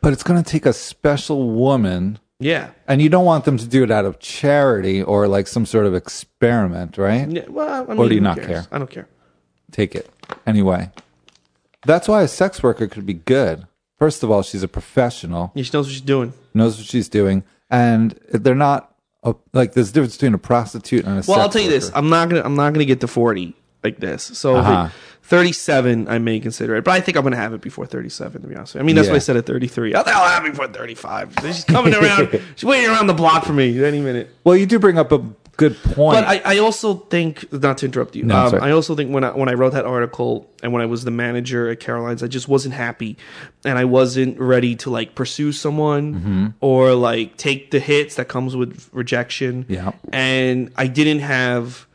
But it's going to take a special woman, yeah, and you don't want them to do it out of charity or like some sort of experiment, right? yeah. Well, I mean, Or do you who not cares? care? I don't care. Take it anyway. That's why a sex worker could be good. First of all, she's a professional. Yeah, she knows what she's doing. knows what she's doing, and they're not a, like there's a difference between a prostitute and a. Well, sex I'll tell you this: worker. I'm not gonna I'm not gonna get to 40 like this. So if it- Uh-huh. 37, I may consider it, but I think I'm gonna have it before 37. To be honest, with you. I mean that's Yeah. what I said at 33. I'll, I'll have it before 35. She's coming around. she's waiting around the block for me any minute. Well, you do bring up a good point. But I, I also think not to interrupt you. No, um, sorry. I also think when I when I wrote that article and when I was the manager at Caroline's, I just wasn't happy, and I wasn't ready to like pursue someone Mm-hmm. or like take the hits that comes with rejection. Yeah. and I didn't have.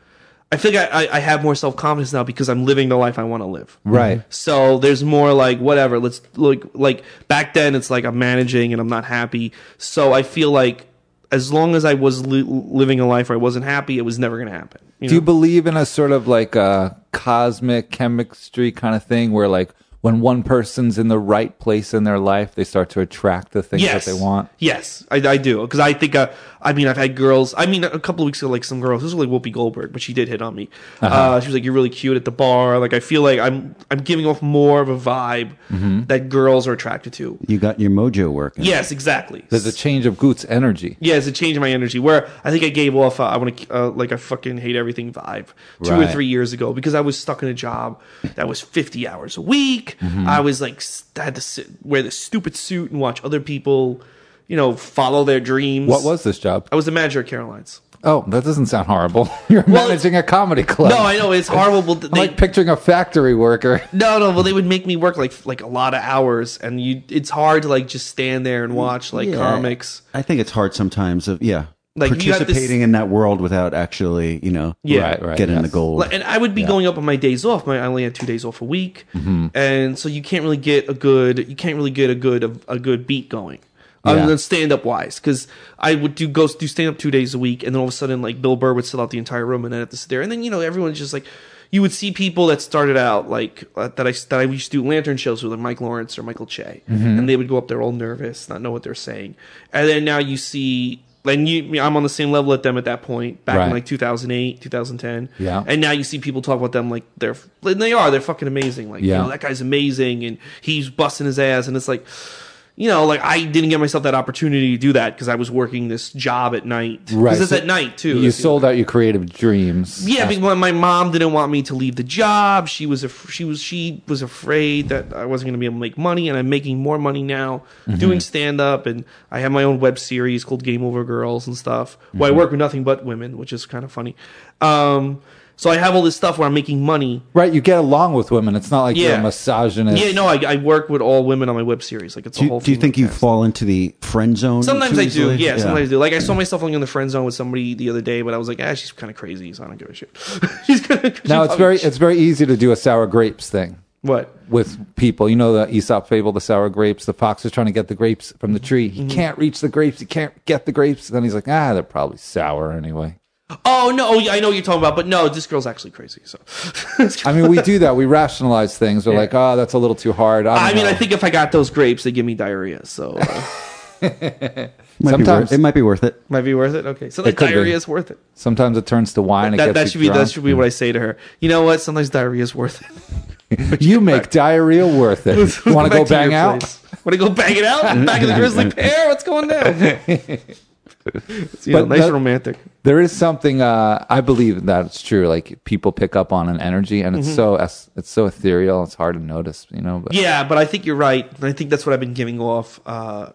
I think I, I, I have more self confidence now because I'm living the life I want to live. right. So there's more like whatever. Let's like like back then it's like I'm managing and I'm not happy. So I feel like as long as I was li- living a life where I wasn't happy, it was never gonna happen. You Do you know? believe in a sort of like a cosmic chemistry kind of thing where like when one person's in the right place in their life, they start to attract the things yes, that they want? Yes, I, I do because I think uh, I mean I've had girls. I mean a couple of weeks ago, like some girls. This was like Whoopi Goldberg, but she did hit on me. uh Uh-huh. she was like, "You're really cute at the bar." Like I feel like I'm I'm giving off more of a vibe Mm-hmm. that girls are attracted to. you got your mojo working. Yes, exactly. There's a change of Goots energy. Yeah, it's a change in my energy. Where I think I gave off a, I want to uh, like I fucking hate everything vibe two or Right. three years ago because I was stuck in a job that was fifty hours a week. Mm-hmm. I was like s- I had to sit, wear this stupid suit and watch other people, you know, follow their dreams. What was this job? I was the manager at Caroline's. Oh, that doesn't sound horrible. You're Well, managing a comedy club. No, I know it's horrible. But I'm they, like picturing a factory worker. no, no. Well, they would make me work like like a lot of hours, and you. It's hard to like just stand there and watch like Yeah. comics. I think it's hard sometimes. Of yeah, Like, you have this- participating in that world without actually, you know, Yeah. Right, right. getting the yes. gold. Like, and I would be going up on my days off. My I only had two days off a Mm-hmm. week, and so you can't really get a good you can't really get a good a, a good beat going. other Yeah. than stand up wise. Because I would do go do stand up two days a week, and then all of a sudden, like Bill Burr would fill out the entire room, and I'd have to sit there. And then you know, everyone's just like, you would see people that started out like uh, that. I that I used to do lantern shows with, like Mike Lawrence or Michael Che, Mm-hmm. and they would go up there all nervous, not know what they're saying. And then now you see. And you, I'm on the same level at them at that point, back in Right. like 2008, 2010. Yeah. And now you see people talk about them like they're, and they are, they're fucking amazing. Like, Yeah. you know, that guy's amazing and he's busting his ass. And it's like, you know, like I didn't get myself that opportunity to do that because I was working this job at night. 'Cause Right. it's So at night too. You It's- sold out your creative dreams. Yeah, because my mom didn't want me to leave the job. She was af- she was she was afraid that I wasn't going to be able to make money, and I'm making more money now doing stand up, and I have my own web series called Game Over Girls and stuff. Where I work with nothing but women, which is kind of funny. Um, so I have all this stuff where I'm making money. Right. You get along with women. It's not like you're a Yeah. misogynist. yeah, no, I, I work with all women on my web series. Like it's a Do, whole. you- do you female think you cast. fall into the friend zone? Sometimes too I do. easily? Yeah, sometimes I do. Like I saw myself like in the friend zone with somebody the other day, but I was like, ah, she's kind of crazy, so I don't give a shit. she's gonna. Now she it's probably- very it's very easy to do a sour grapes thing what? with people. You know the Aesop fable, the sour grapes. The fox is trying to get the grapes from the tree. Mm-hmm. He can't reach the grapes. He can't get the grapes. Then he's like, ah, they're probably sour anyway. Oh no! Oh, yeah, I know what you're talking about, but no, this girl's actually crazy. So, I mean, we do that. We rationalize things. We're like, oh, that's a little too hard. I, don't I mean, know." I think if I got those grapes, they give me diarrhea. So, uh, Might be Sometimes- worth- it might be worth it. might be worth it. Okay, so like could be. diarrhea is worth it. sometimes it turns to wine. it That, gets that you should be drunk. that should be what I say to her. You know what? Sometimes diarrhea is worth it. You make diarrhea worth it. You want to go bang out? Want to go bang it out? Back in the grizzly pear? What's going down? It's, you know, But nice that- romantic. There is something uh, I believe that it's true. Like people pick up on an energy, and it's so es- it's so ethereal. It's hard to notice, you know. But Mm-hmm. Yeah, but I think you're right. And I think that's what I've been giving off uh,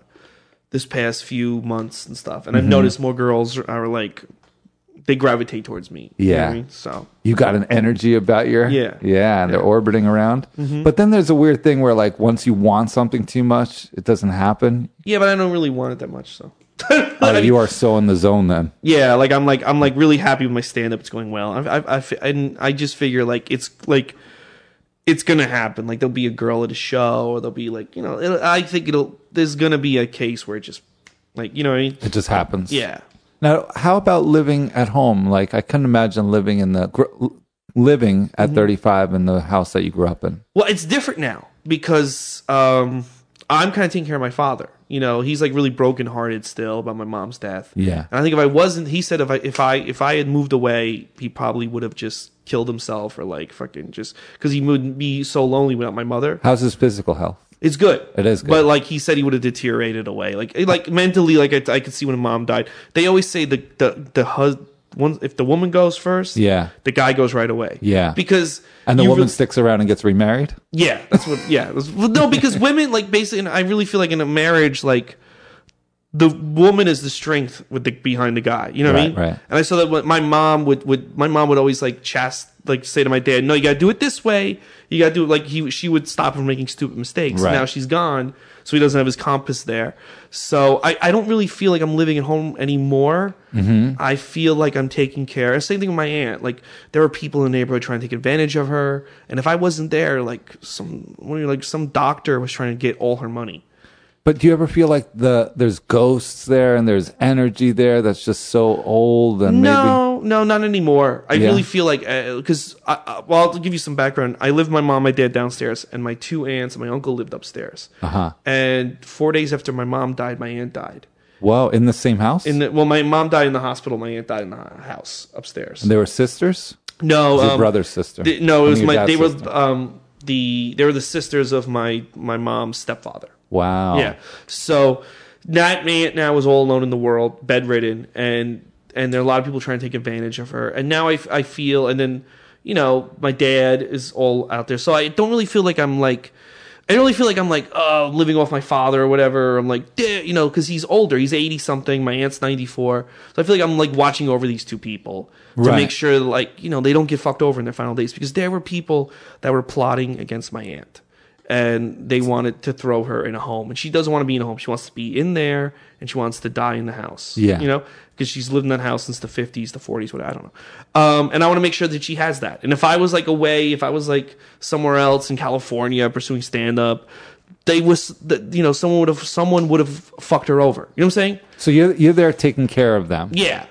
this past few months and stuff. And I've noticed more girls are like, they gravitate towards me. You know what I Yeah. mean? So, you got an energy about your Yeah. Mm-hmm. yeah. and They're orbiting around. But then there's a weird thing where like once you want something too much, it doesn't happen. yeah, but I don't really want it that much. So, Oh, you are so in the zone then. yeah, like I'm like, I'm like really happy with my stand up. It's going well. I, I, I, fi- and I just figure like, it's like, it's gonna happen. Like there'll be a girl at a show, or there'll be like, you know, it'll, I think it'll. There's gonna be a case where it just, like, you know, what I mean? It just happens. yeah. Now, how about living at home? Like I couldn't imagine living in the gr- living at Mm-hmm. 35 in the house that you grew up in. Well, it's different now because um, I'm kind of taking care of my father. You know, he's like really brokenhearted still about my mom's death. Yeah. and I think if I wasn't, he said if I if I if I had moved away, he probably would have just killed himself or like fucking just because he wouldn't be so lonely without my mother. How's his physical health? It's good. It is good. But like he said, he would have deteriorated away. Like it- like mentally, like I, I could see when mom died. They always say the the the hus one if the woman goes first, Yeah. the guy goes right away. Yeah. because And the you woman really- sticks around and gets remarried. yeah, that's what. Yeah, that's- well, no, because women like basically, and I really feel like in a marriage, like the woman is the strength with the behind the guy. You know what I Right, mean? right. And I saw that when my mom would would my mom would always like chast like say to my dad, "No, you got to do it this way. You got to do it like he she would stop him from making stupid mistakes. Right. Now she's gone, so he doesn't have his compass there. So I I don't really feel like I'm living at home anymore. I feel like I'm taking care. Same thing with my aunt. Like there were people in the neighborhood trying to take advantage of her, and if I wasn't there, like some what do you- like some doctor was trying to get all her money. But do you ever feel like the there's ghosts there and there's energy there that's just so old and No, no, not anymore. I Yeah. really feel like because I uh, well, I'll give you some background. I lived with my mom, my dad downstairs, and my two aunts and my uncle lived upstairs. Uh-huh. And four days after my mom died, my aunt died. maybe whoa in the same house? In the, well, my mom died in the hospital. My aunt died in the ho- house upstairs. they were sisters. no, Your um, brother's sister. the- no, I it mean, was your my. dad's They sister. were um the they were the sisters of my my mom's stepfather. wow. Yeah. So that aunt now is all alone in the world, bedridden, and and there are a lot of people trying to take advantage of her. And now I, f- I feel, and then you know my dad is all out there, so I don't really feel like I'm like. I don't really feel like I'm like uh, living off my father or whatever. I'm like, "Duh," you know, because he's older. He's eighty something. My aunt's ninety four. So I feel like I'm like watching over these two people to Right. make sure, like, you know, they don't get fucked over in their final days. Because there were people that were plotting against my aunt and they wanted to throw her in a home and she doesn't want to be in a home she wants to be in there and she wants to die in the house Yeah. you know because she's lived in that house since the 50s the 40s what i don't know um, and i want to make sure that she has that and if i was like away if i was like somewhere else in california pursuing stand up they was that you know someone would have someone would have fucked her over. You know what I'm saying? So you're you're there taking care of them. Yeah.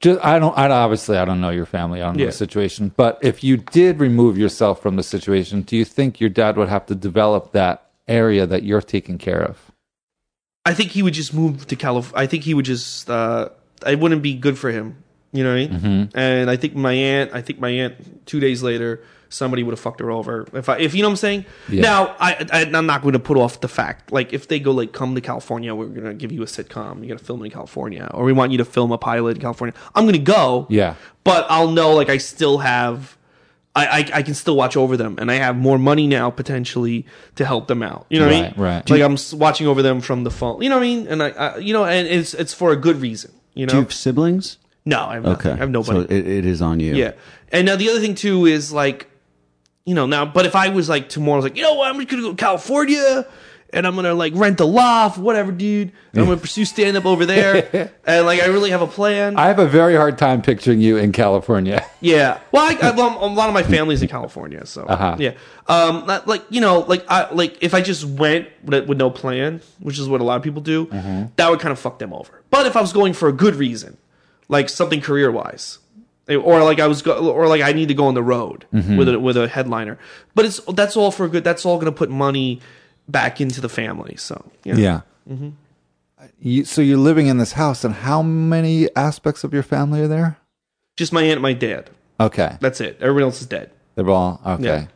Just, I don't. I obviously I don't know your family. I don't know Yeah. the situation. But if you did remove yourself from the situation, do you think your dad would have to develop that area that you're taking care of? I think he would just move to California. I think he would just. Uh, it wouldn't be good for him. You know what I mean? Mm-hmm. And I think my aunt. I think my aunt. Two days later, somebody would have fucked her over. If I, if you know what I'm saying. Yeah. Now I, I I'm not going to put off the fact. Like if they go like come to California, we're going to give you a sitcom. You got to film in California, or we want you to film a pilot in California. I'm going to go. Yeah. But I'll know like I still have. I, I, I can still watch over them, and I have more money now potentially to help them out. You know what I Right, mean? right. Like I'm s- watching over them from the phone. You know what I mean? And I, I you know, and it's it's for a good reason. You Do you know? have siblings? No, I have Okay. nothing. I have nobody. So it, it is on you. yeah. And now the other thing too is like, you know, now. But if I was like tomorrow, I was like, you know what? I'm just gonna go to California. And I'm gonna like rent a loft, whatever, dude. And I'm gonna pursue stand up over there, and like I really have a plan. I have a very hard time picturing you in California. Yeah. Well, I, I, well, a lot of my family's in California, so Uh-huh. yeah. Um, not- like you know, like I like if I just went with, with no plan, which is what a lot of people do, that would kind of fuck them over. But if I was going for a good reason, like something career wise, or like I was, go, or like I need to go on the road with a, with a headliner. But it's that's all for good. That's all going to put money back into the family. So yeah. Yeah. Mm-hmm. You, so you're living in this house, and how many aspects of your family are there? just my aunt, and my dad. Okay, That's it. Everyone else is dead. they're all okay. Yeah.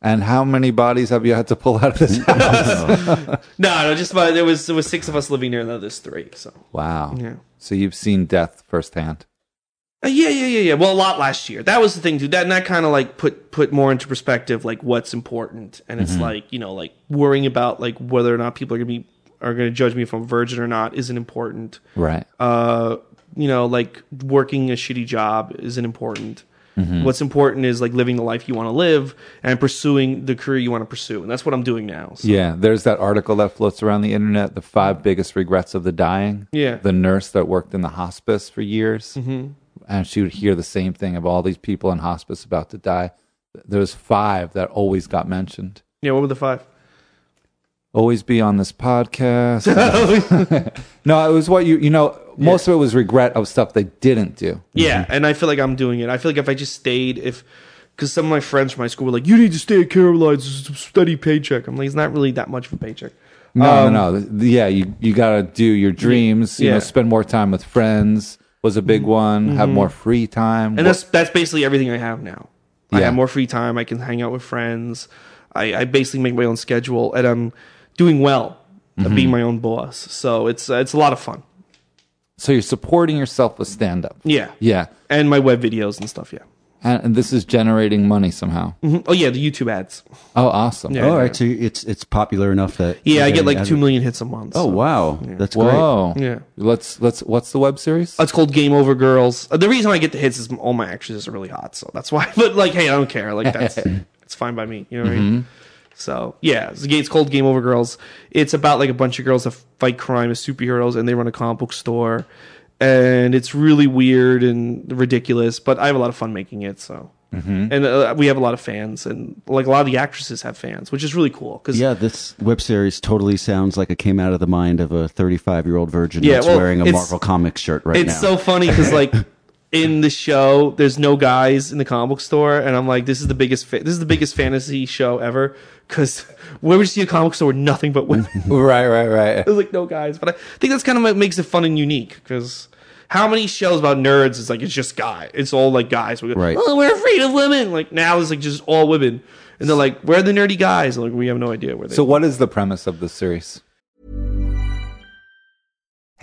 And how many bodies have you had to pull out of this house? No, no, just my, there was there was six of us living there. Now there's three. So. Wow. Yeah. So you've seen death firsthand. Uh, yeah, yeah, yeah, yeah. Well, a lot last year. That was the thing, dude. That and that kind of like put put more into perspective, like what's important, and it's like you know, like worrying about like whether or not people are gonna be are gonna judge me if I'm a virgin or not isn't important. Right. Uh, you know, like working a shitty job isn't important. What's important is like living the life you want to live and pursuing the career you want to pursue, and that's what I'm doing now. So. Yeah, there's that article that floats around the internet the five biggest regrets of the dying. Yeah. The nurse that worked in the hospice for years. Mm-hmm. And she would hear the same thing of all these people in hospice about to die. There was five that always got mentioned. Yeah, what were the five? Always be on this podcast. no, it was what you, you know, most of it was regret of stuff they didn't do. Yeah, and I feel like I'm doing it. I feel like if I just stayed, if because some of my friends from my school were like, "You need to stay at Caroline's, it's a steady paycheck." I'm like, it's not really that much of a paycheck. No, no, no. Th- Yeah, you, you got to do your dreams, you know, Um, Yeah. Mm-hmm. spend more time with friends was a big one, have more free time. And that's that's basically everything I have now. I Yeah. have more free time. I can hang out with friends. I, I basically make my own schedule, and I'm doing well at being my own boss. So it's uh, it's a lot of fun. So you're supporting yourself with stand up. Yeah, Yeah. and my web videos and stuff. Yeah. And, and this is generating money somehow. Mhm. Oh yeah, the YouTube ads. Oh, awesome. Yeah. All right. So it's it's popular enough that. Yeah, I get Yeah. like two million hits a month. Oh so. wow, that's great. Whoa. Yeah. Let's let's what's the web series? It's called Game Over Girls. Uh, The reason I get the hits is all my actresses are really hot, so that's why. But like, hey, I don't care. Like that's it's fine by me. You know what I mean? So yeah, it's, it's called Game Over Girls. It's about like a bunch of girls that fight crime as superheroes, and they run a comic book store, and it's really weird and ridiculous. But I have a lot of fun making it. So. And uh, we have a lot of fans, and like a lot of the actresses have fans, which is really cool. Because Yeah, this web series totally sounds like it came out of the mind of a 35 year old virgin Yeah, that's well, wearing a it's- Marvel Comics shirt right it's now. so funny because like in the show there's no guys in the comic book store and i'm like this is the biggest fa- this is the biggest fantasy show ever because where would you see a comic book store with nothing but women right, right, right. there's like no guys but i think that's kind of what makes it fun and unique because how many shows about nerds is like it's just guy it's all like guys we go, Right. oh, we're afraid of women like now it's like just all women and they're like where are the nerdy guys like we have no idea where they So what is the premise of the series?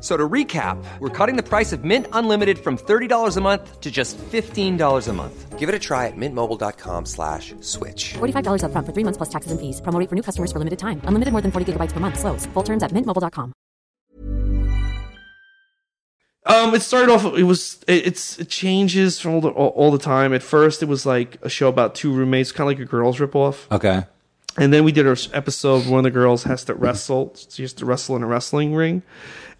So to recap, we're cutting the price of Mint Unlimited from $30 a month to just $15 a month. Give it a try at mintmobile.com slash switch. $45 up front for three months plus taxes and fees. Promo rate for new customers for limited time. Unlimited more than 40 gigabytes per month. Slows. Full terms at mintmobile.com. Um, it started off. It was. It, it's. It changes from all the all, all the time. At first, it was like a show about two roommates, kind of like a girls ripoff. Okay. And then we did our episode. One of the girls has to wrestle. She has to wrestle in a wrestling ring,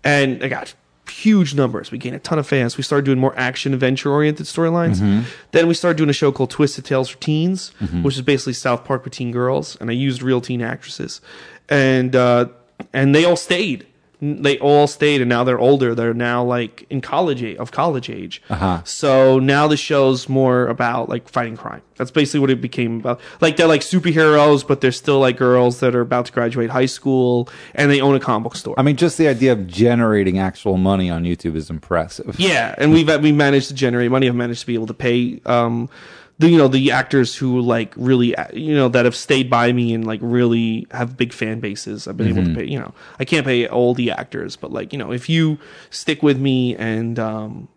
and I got huge numbers. We gained a ton of fans. We started doing more action adventure oriented storylines. Then we started doing a show called Twisted Tales for Teens, which is basically South Park for teen girls, and I used real teen actresses, and uh, and they all stayed. They all stayed, and now they're older. They're now like in college age, of college age. Uh-huh. So now the show's more about like fighting crime. That's basically what it became about. Like they're like superheroes, but they're still like girls that are about to graduate high school, and they own a comic book store. I mean, just the idea of generating actual money on YouTube is impressive. Yeah, and we've we managed to generate money. I've managed to be able to pay, um, the you know the actors who like really you know that have stayed by me and like really have big fan bases. I've been Mm-hmm. able to pay. You know, I can't pay all the actors, but like you know, if you stick with me and um,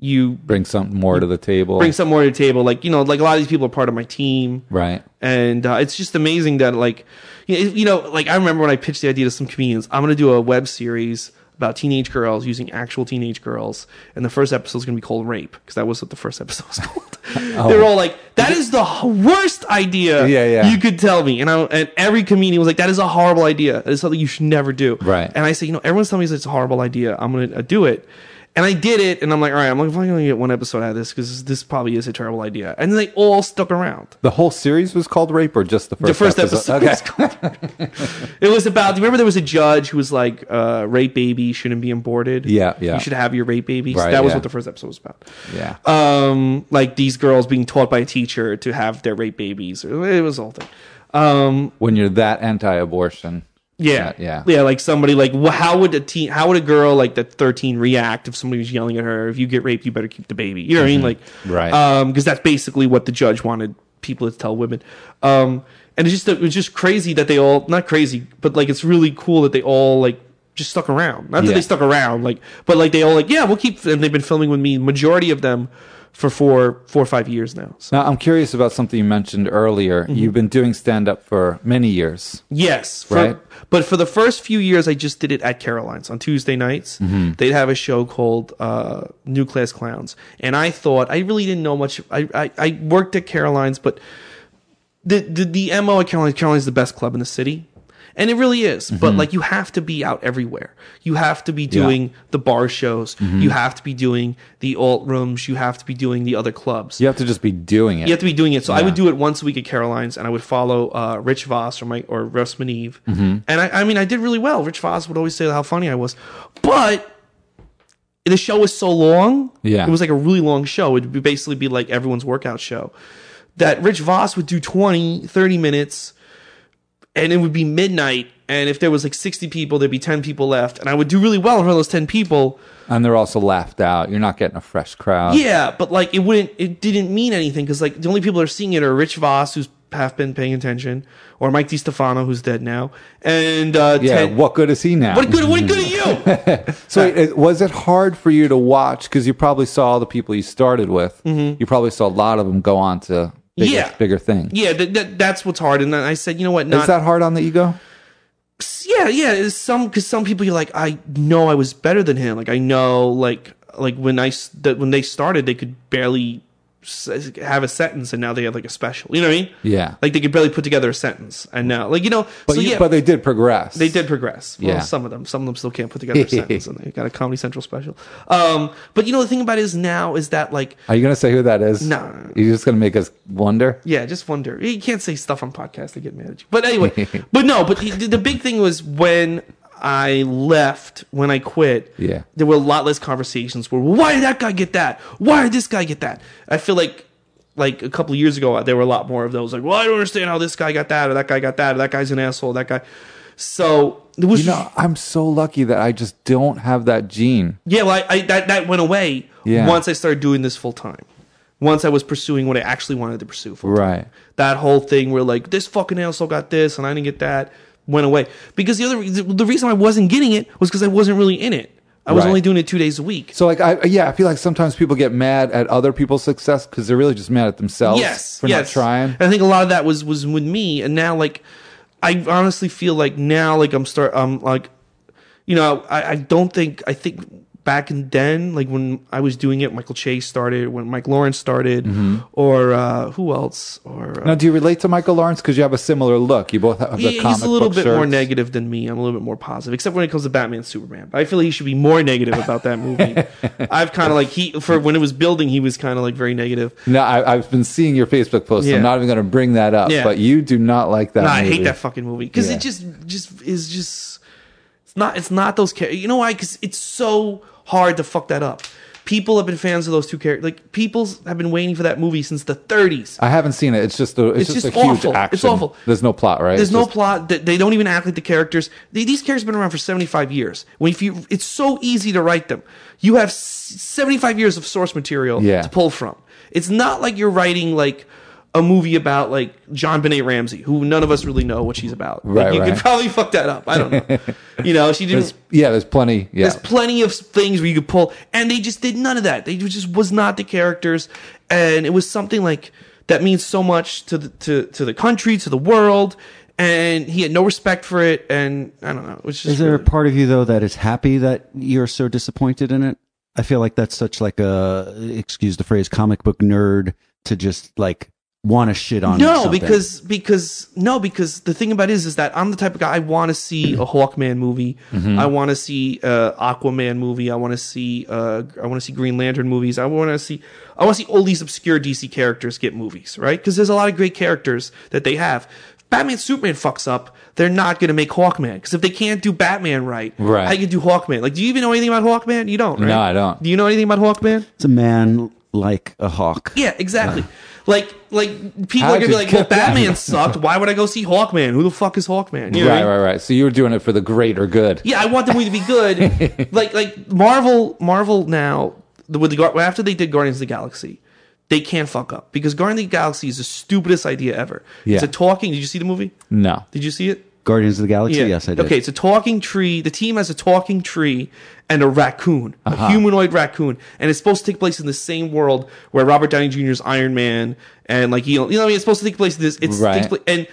you Bring something more to the table. bring something more to the table, like you know, like a lot of these people are part of my team right. and uh, it's just amazing that like you you know like i remember when i pitched the idea to some comedians i'm going to do a web series about teenage girls using actual teenage girls and the first episode is going to be called rape because that was what the first episode was called they were all like that is the h- worst idea Oh. Yeah, yeah. you could tell me and I, and every comedian was like that is a horrible idea it's something you should never do Right. and i say you know everyone's telling me it's a horrible idea i'm going to do it and I did it, and I'm like, all right, I'm only going to get one episode out of this because this probably is a terrible idea. And they all stuck around. The whole series was called Rape, or just the first The first episode. Okay. It was about. Do you remember there was a judge who was like, uh, "Rape baby shouldn't be aborted. Yeah, yeah. You should have your rape baby." So Right, that was yeah. what the first episode was about. yeah. Um, like these girls being taught by a teacher to have their rape babies. It was the whole thing. Um, when you're that anti-abortion. yeah, Yeah, yeah. Like somebody, like wh- how would a teen, how would a girl like that thirteen react if somebody was yelling at her, "If you get raped, you better keep the baby." You know what I mean? Like, Mm-hmm. Right. Um, because that's basically what the judge wanted people to tell women. Um, and it's just it was just crazy that they all not crazy, but like it's really cool that they all like just stuck around. Not that Yeah. they stuck around, like, but like they all like yeah, we'll keep. And they've been filming with me majority of them for four four or five years now. So Now, I'm curious about something you mentioned earlier. Mm-hmm. You've been doing stand-up for many years. Yes, for, Right? But for the first few years, I just did it at Caroline's on Tuesday nights. They'd have a show called uh, New Class Clowns, and I thought I really didn't know much. I I, I worked at Caroline's, but the, the the mo at Caroline's Caroline's the best club in the city, and it really is. But like you have to be out everywhere. You have to be doing the bar shows. You have to be doing the alt rooms. You have to be doing the other clubs. You have to just be doing it. You have to be doing it. So I would do it once a week at Caroline's, and I would follow uh, Rich Voss or Mike or Russ Maneve. Mm-hmm. And I, I mean, I did really well. Rich Voss would always say how funny I was, but the show was so long. Yeah. it was like a really long show. It would basically be like everyone's workout show. That Rich Voss would do 20, 30 minutes, and it would be midnight. And if there was like 60 people, there'd be 10 people left. And I would do really well in front of those 10 people. and they're also laughed out. You're not getting a fresh crowd. Yeah, but like it wouldn't, it didn't mean anything because like the only people that are seeing it are Rich Voss, who's half been paying attention, or Mike DiStefano, who's dead now, and uh, Yeah, Ted- what good is he now? What good? What good are you? So, wait, it- was it hard for you to watch? Because you probably saw all the people you started with. You probably saw a lot of them go on to bigger, Mm-hmm. Yeah. bigger things. yeah, that, that, that's what's hard. And then I said, you know what? Not Is that hard on the ego? yeah, yeah. it's Some because some people you're like, I know I was better than him. Like I know, like like when I s- that when they started, they could barely s- have a sentence, and now they have like a special. You know what I mean? Yeah. Like they could barely put together a sentence, and now like you know, But, so you, yeah, but they did progress. They did progress. Well, Yeah. some of them. Some of them still can't put together a sentence, and they got a Comedy Central special. Um, but you know the thing about it is now is that like, Are you going to say who that is? No, no, no. You're just going to make us wonder? yeah, just wonder. You can't say stuff on podcasts; they get mad at you. But anyway, but no. But the, the big thing was when I left, when I quit. Yeah. there were a lot less conversations where why did that guy get that? Why did this guy get that? I feel like. Like a couple of years ago, there were a lot more of those. Like, well, I don't understand how this guy got that, or that guy got that, or that guy's an asshole, that guy. So it was You know, I'm so lucky that I just don't have that gene. Yeah, well, I, I that that went away Yeah. once I started doing this full time. Once I was pursuing what I actually wanted to pursue. Full time. Right. That whole thing where like this fucking asshole got this and I didn't get that went away because the other re- the reason I wasn't getting it was because I wasn't really in it. I was Right. only doing it two days a week. So like I yeah, I feel like sometimes people get mad at other people's success because they're really just mad at themselves yes, for yes. not trying. I think a lot of that was was with me, and now like I honestly feel like now like I'm start I'm like you know I, I don't think I think back in then, like when I was doing it, Michael Chase started, when Mike Lawrence started, Mm-hmm. or uh, who else? Or uh, Now, do you relate to Michael Lawrence? Because you have a similar look. You both have the he- comic he's a little book bit more shirts. negative than me. I'm a little bit more positive, except when it comes to Batman and Superman. But I feel he should be more negative about that movie. I've kind of like he for when it was building, he was kind of like very negative. No, I, I've been seeing your Facebook post. Yeah. I'm not even going to bring that up. Yeah. But you do not like that. No, I movie. hate that fucking movie because Yeah. it just just is just it's not it's not those characters. You know why? Because it's so hard to fuck that up. People have been fans of those two characters. Like people have been waiting for that movie since the 30s. I haven't seen it. It's just a, it's, It's just, just a huge awful. It's action. awful. There's no plot, right? There's It's no just- plot. They, they don't even act like the characters. They, these characters have been around for 75 years. When if you, it's so easy to write them. You have s- 75 years of source material Yeah. to pull from. It's not like you're writing like a movie about like John Benet Ramsey, who none of us really know what she's about. Like, Right, you right. could probably fuck that up. I don't know. you know, she didn't. There's, yeah, there's plenty. Yeah. There's plenty of things where you could pull, and they just did none of that. They just was not the characters, and it was something like that means so much to the to to the country, to the world, and he had no respect for it. And I don't know, it was just Is there a really- part of you though that is happy that you're so disappointed in it? I feel like that's such like a excuse the phrase comic book nerd to just like want to shit on. no something. because because no because the thing about it is is that I'm the type of guy I want to see a Hawkman movie, Mm-hmm. I want to see uh, Aquaman movie, I want to see uh, I want to see Green Lantern movies, I want to see I want to see all these obscure DC characters get movies, right? Because there's a lot of great characters that they have. If Batman Superman fucks up, they're not going to make Hawkman because if they can't do Batman right, Right. I can do Hawkman. Like, do you even know anything about Hawkman? You don't, right? No, I don't. Do you know anything about Hawkman? it's a man like a hawk. Yeah, exactly. Like, like people How are gonna did be like, you "Well, get that?" Batman sucked. Why would I go see Hawkman? Who the fuck is Hawkman?" You know what Right, I mean? right, right. So you were doing it for the greater good. Yeah, I want the movie to be good. like, like Marvel, Marvel now the- with the Guar- after they did Guardians of the Galaxy, they can't fuck up because Guardians of the Galaxy is the stupidest idea ever. It's Yeah. a talking. Did you see the movie? No. Did you see it? Guardians of the Galaxy. Yes, I did. Okay, it's a talking tree. The team has a talking tree and a raccoon, a humanoid raccoon, and it's supposed to take place in the same world where Robert Downey Jr.'s Iron Man and like you know, you know what I mean. It's supposed to take place in this. It's Right. takes pla- and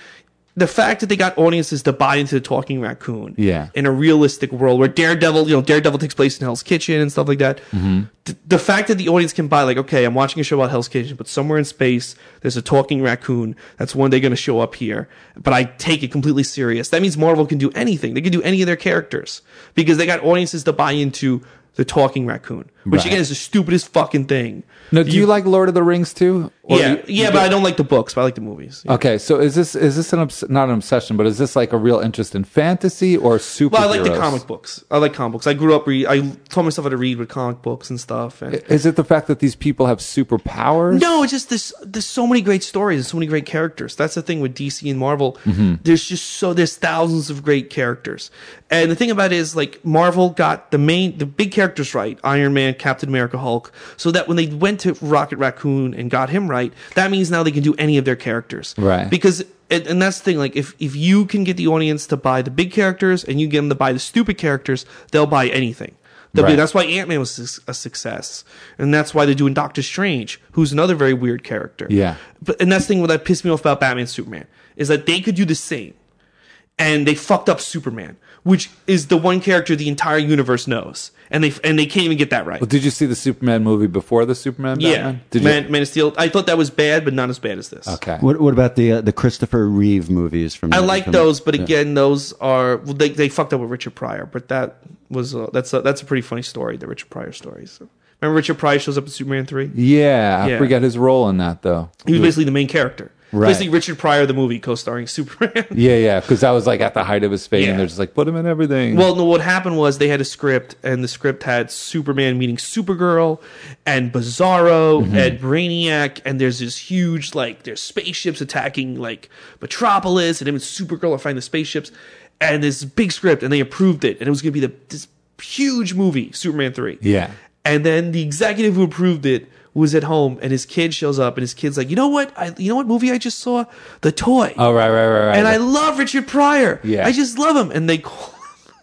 the fact that they got audiences to buy into the talking raccoon, Yeah. in a realistic world where Daredevil, you know, Daredevil takes place in Hell's Kitchen and stuff like that. Mm-hmm. Th- the fact that the audience can buy, like, okay, I'm watching a show about Hell's Kitchen, but somewhere in space there's a talking raccoon that's one day going to show up here. But I take it completely serious. That means Marvel can do anything. They can do any of their characters because they got audiences to buy into the talking raccoon, which Right. again is the stupidest fucking thing. No, do you, like Lord of the Rings too? Or yeah, you- yeah, but I don't like the books, but I like the movies. Okay, so is this is this an obs- not an obsession, but is this like a real interest in fantasy or superheroes? Well, I like the comic books. I like comic books. I grew up. Re- I taught myself how to read with comic books and stuff. And Is it the fact that these people have superpowers? No, it's just this. There's so many great stories and so many great characters. That's the thing with DC and Marvel. There's just so there's thousands of great characters, and the thing about it is like Marvel got the main the big characters right: Iron Man, Captain America, Hulk. So that when they went to Rocket Raccoon and got him right, that means now they can do any of their characters, Right. Because and, and that's the thing. Like if if you can get the audience to buy the big characters and you get them to buy the stupid characters, they'll buy anything. They'll be- Right. that's why Ant Man was su- a success, and that's why they're doing Doctor Strange, who's another very weird character. Yeah. but and that's the thing that pissed me off about Batman and Superman is that they could do the same, and they fucked up Superman, which is the one character the entire universe knows, and they and they can't even get that right. Well, did you see the Superman movie before the Superman? yeah, Batman? Did you? Man, Man of Steel. I thought that was bad, but not as bad as this. okay. What What about the uh, the Christopher Reeve movies from? I like those, but again, those are well, they they fucked up with Richard Pryor, but that was uh, that's a, that's a pretty funny story, the Richard Pryor story. So. Remember, Richard Pryor shows up in Superman three. Yeah, I Yeah. forget his role in that though. He was basically the main character. Right. Basically, Richard Pryor, the movie, co-starring Superman. Yeah, yeah, because that was like at the height of his fame, Yeah. and they're just like, put him in everything. well, no, what happened was they had a script, and the script had Superman meeting Supergirl, and Bizarro, and Brainiac, and there's this huge, like, there's spaceships attacking, like, Metropolis, and him and Supergirl are fighting the spaceships, and this big script, and they approved it, and it was going to be the, this huge movie, Superman 3. yeah, And then the executive who approved it was at home, and his kid shows up, and his kid's like, "You know what? I, you know what movie I just saw? The Toy." Oh, right, right, right, right. And I love Richard Pryor. Yeah. I just love him. And they call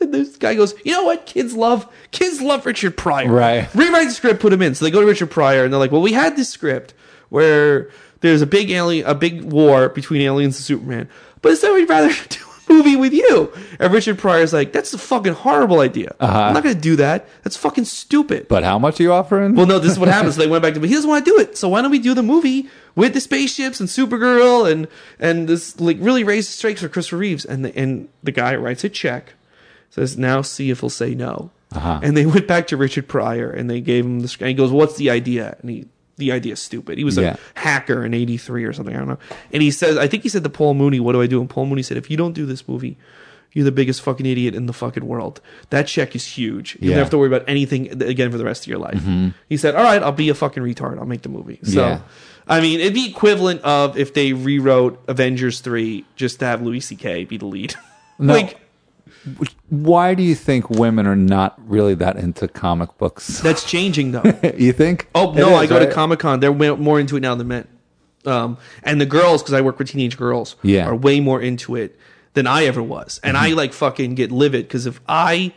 and this guy goes, "You know what? Kids love kids love Richard Pryor." Right. Rewrite the script, put him in. So they go to Richard Pryor, and they're like, "Well, we had this script where there's a big alien, a big war between aliens and Superman, but instead we'd rather do." movie with you. And Richard Pryor's like, that's a fucking horrible idea. Uh-huh. I'm not going to do that. That's fucking stupid. But how much are you offering? Well, no, this is what happens. They went back to, but he doesn't want to do it. So why don't we do the movie with the spaceships and Supergirl and and this like really raise the stakes for Christopher Reeves? And the and the guy writes a check, says now see if he'll say no. And they went back to Richard Pryor and they gave him the script. He goes, "What's the idea?" And he the idea's stupid. He was Yeah. a hacker in '83 or something. I don't know. And he says, I think he said to Paul Mooney, "What do I do?" And Paul Mooney said, "If you don't do this movie." You're the biggest fucking idiot in the fucking world. That check is huge. You Yeah. Mm-hmm. don't have to worry about anything th- again for the rest of your life. He said, "All right, I'll be a fucking retard. I'll make the movie." So, Yeah. I mean, it'd be equivalent of if they rewrote Avengers three just to have Louis C.K. be the lead. like Why do you think women are not really that into comic books? that's changing though. you think? Oh It no, is, I go right? to Comic Con. They're way more into it now than men, um, and the girls because I work with teenage girls. Yeah. Mm-hmm. are way more into it than I ever was, and I like fucking get livid because if I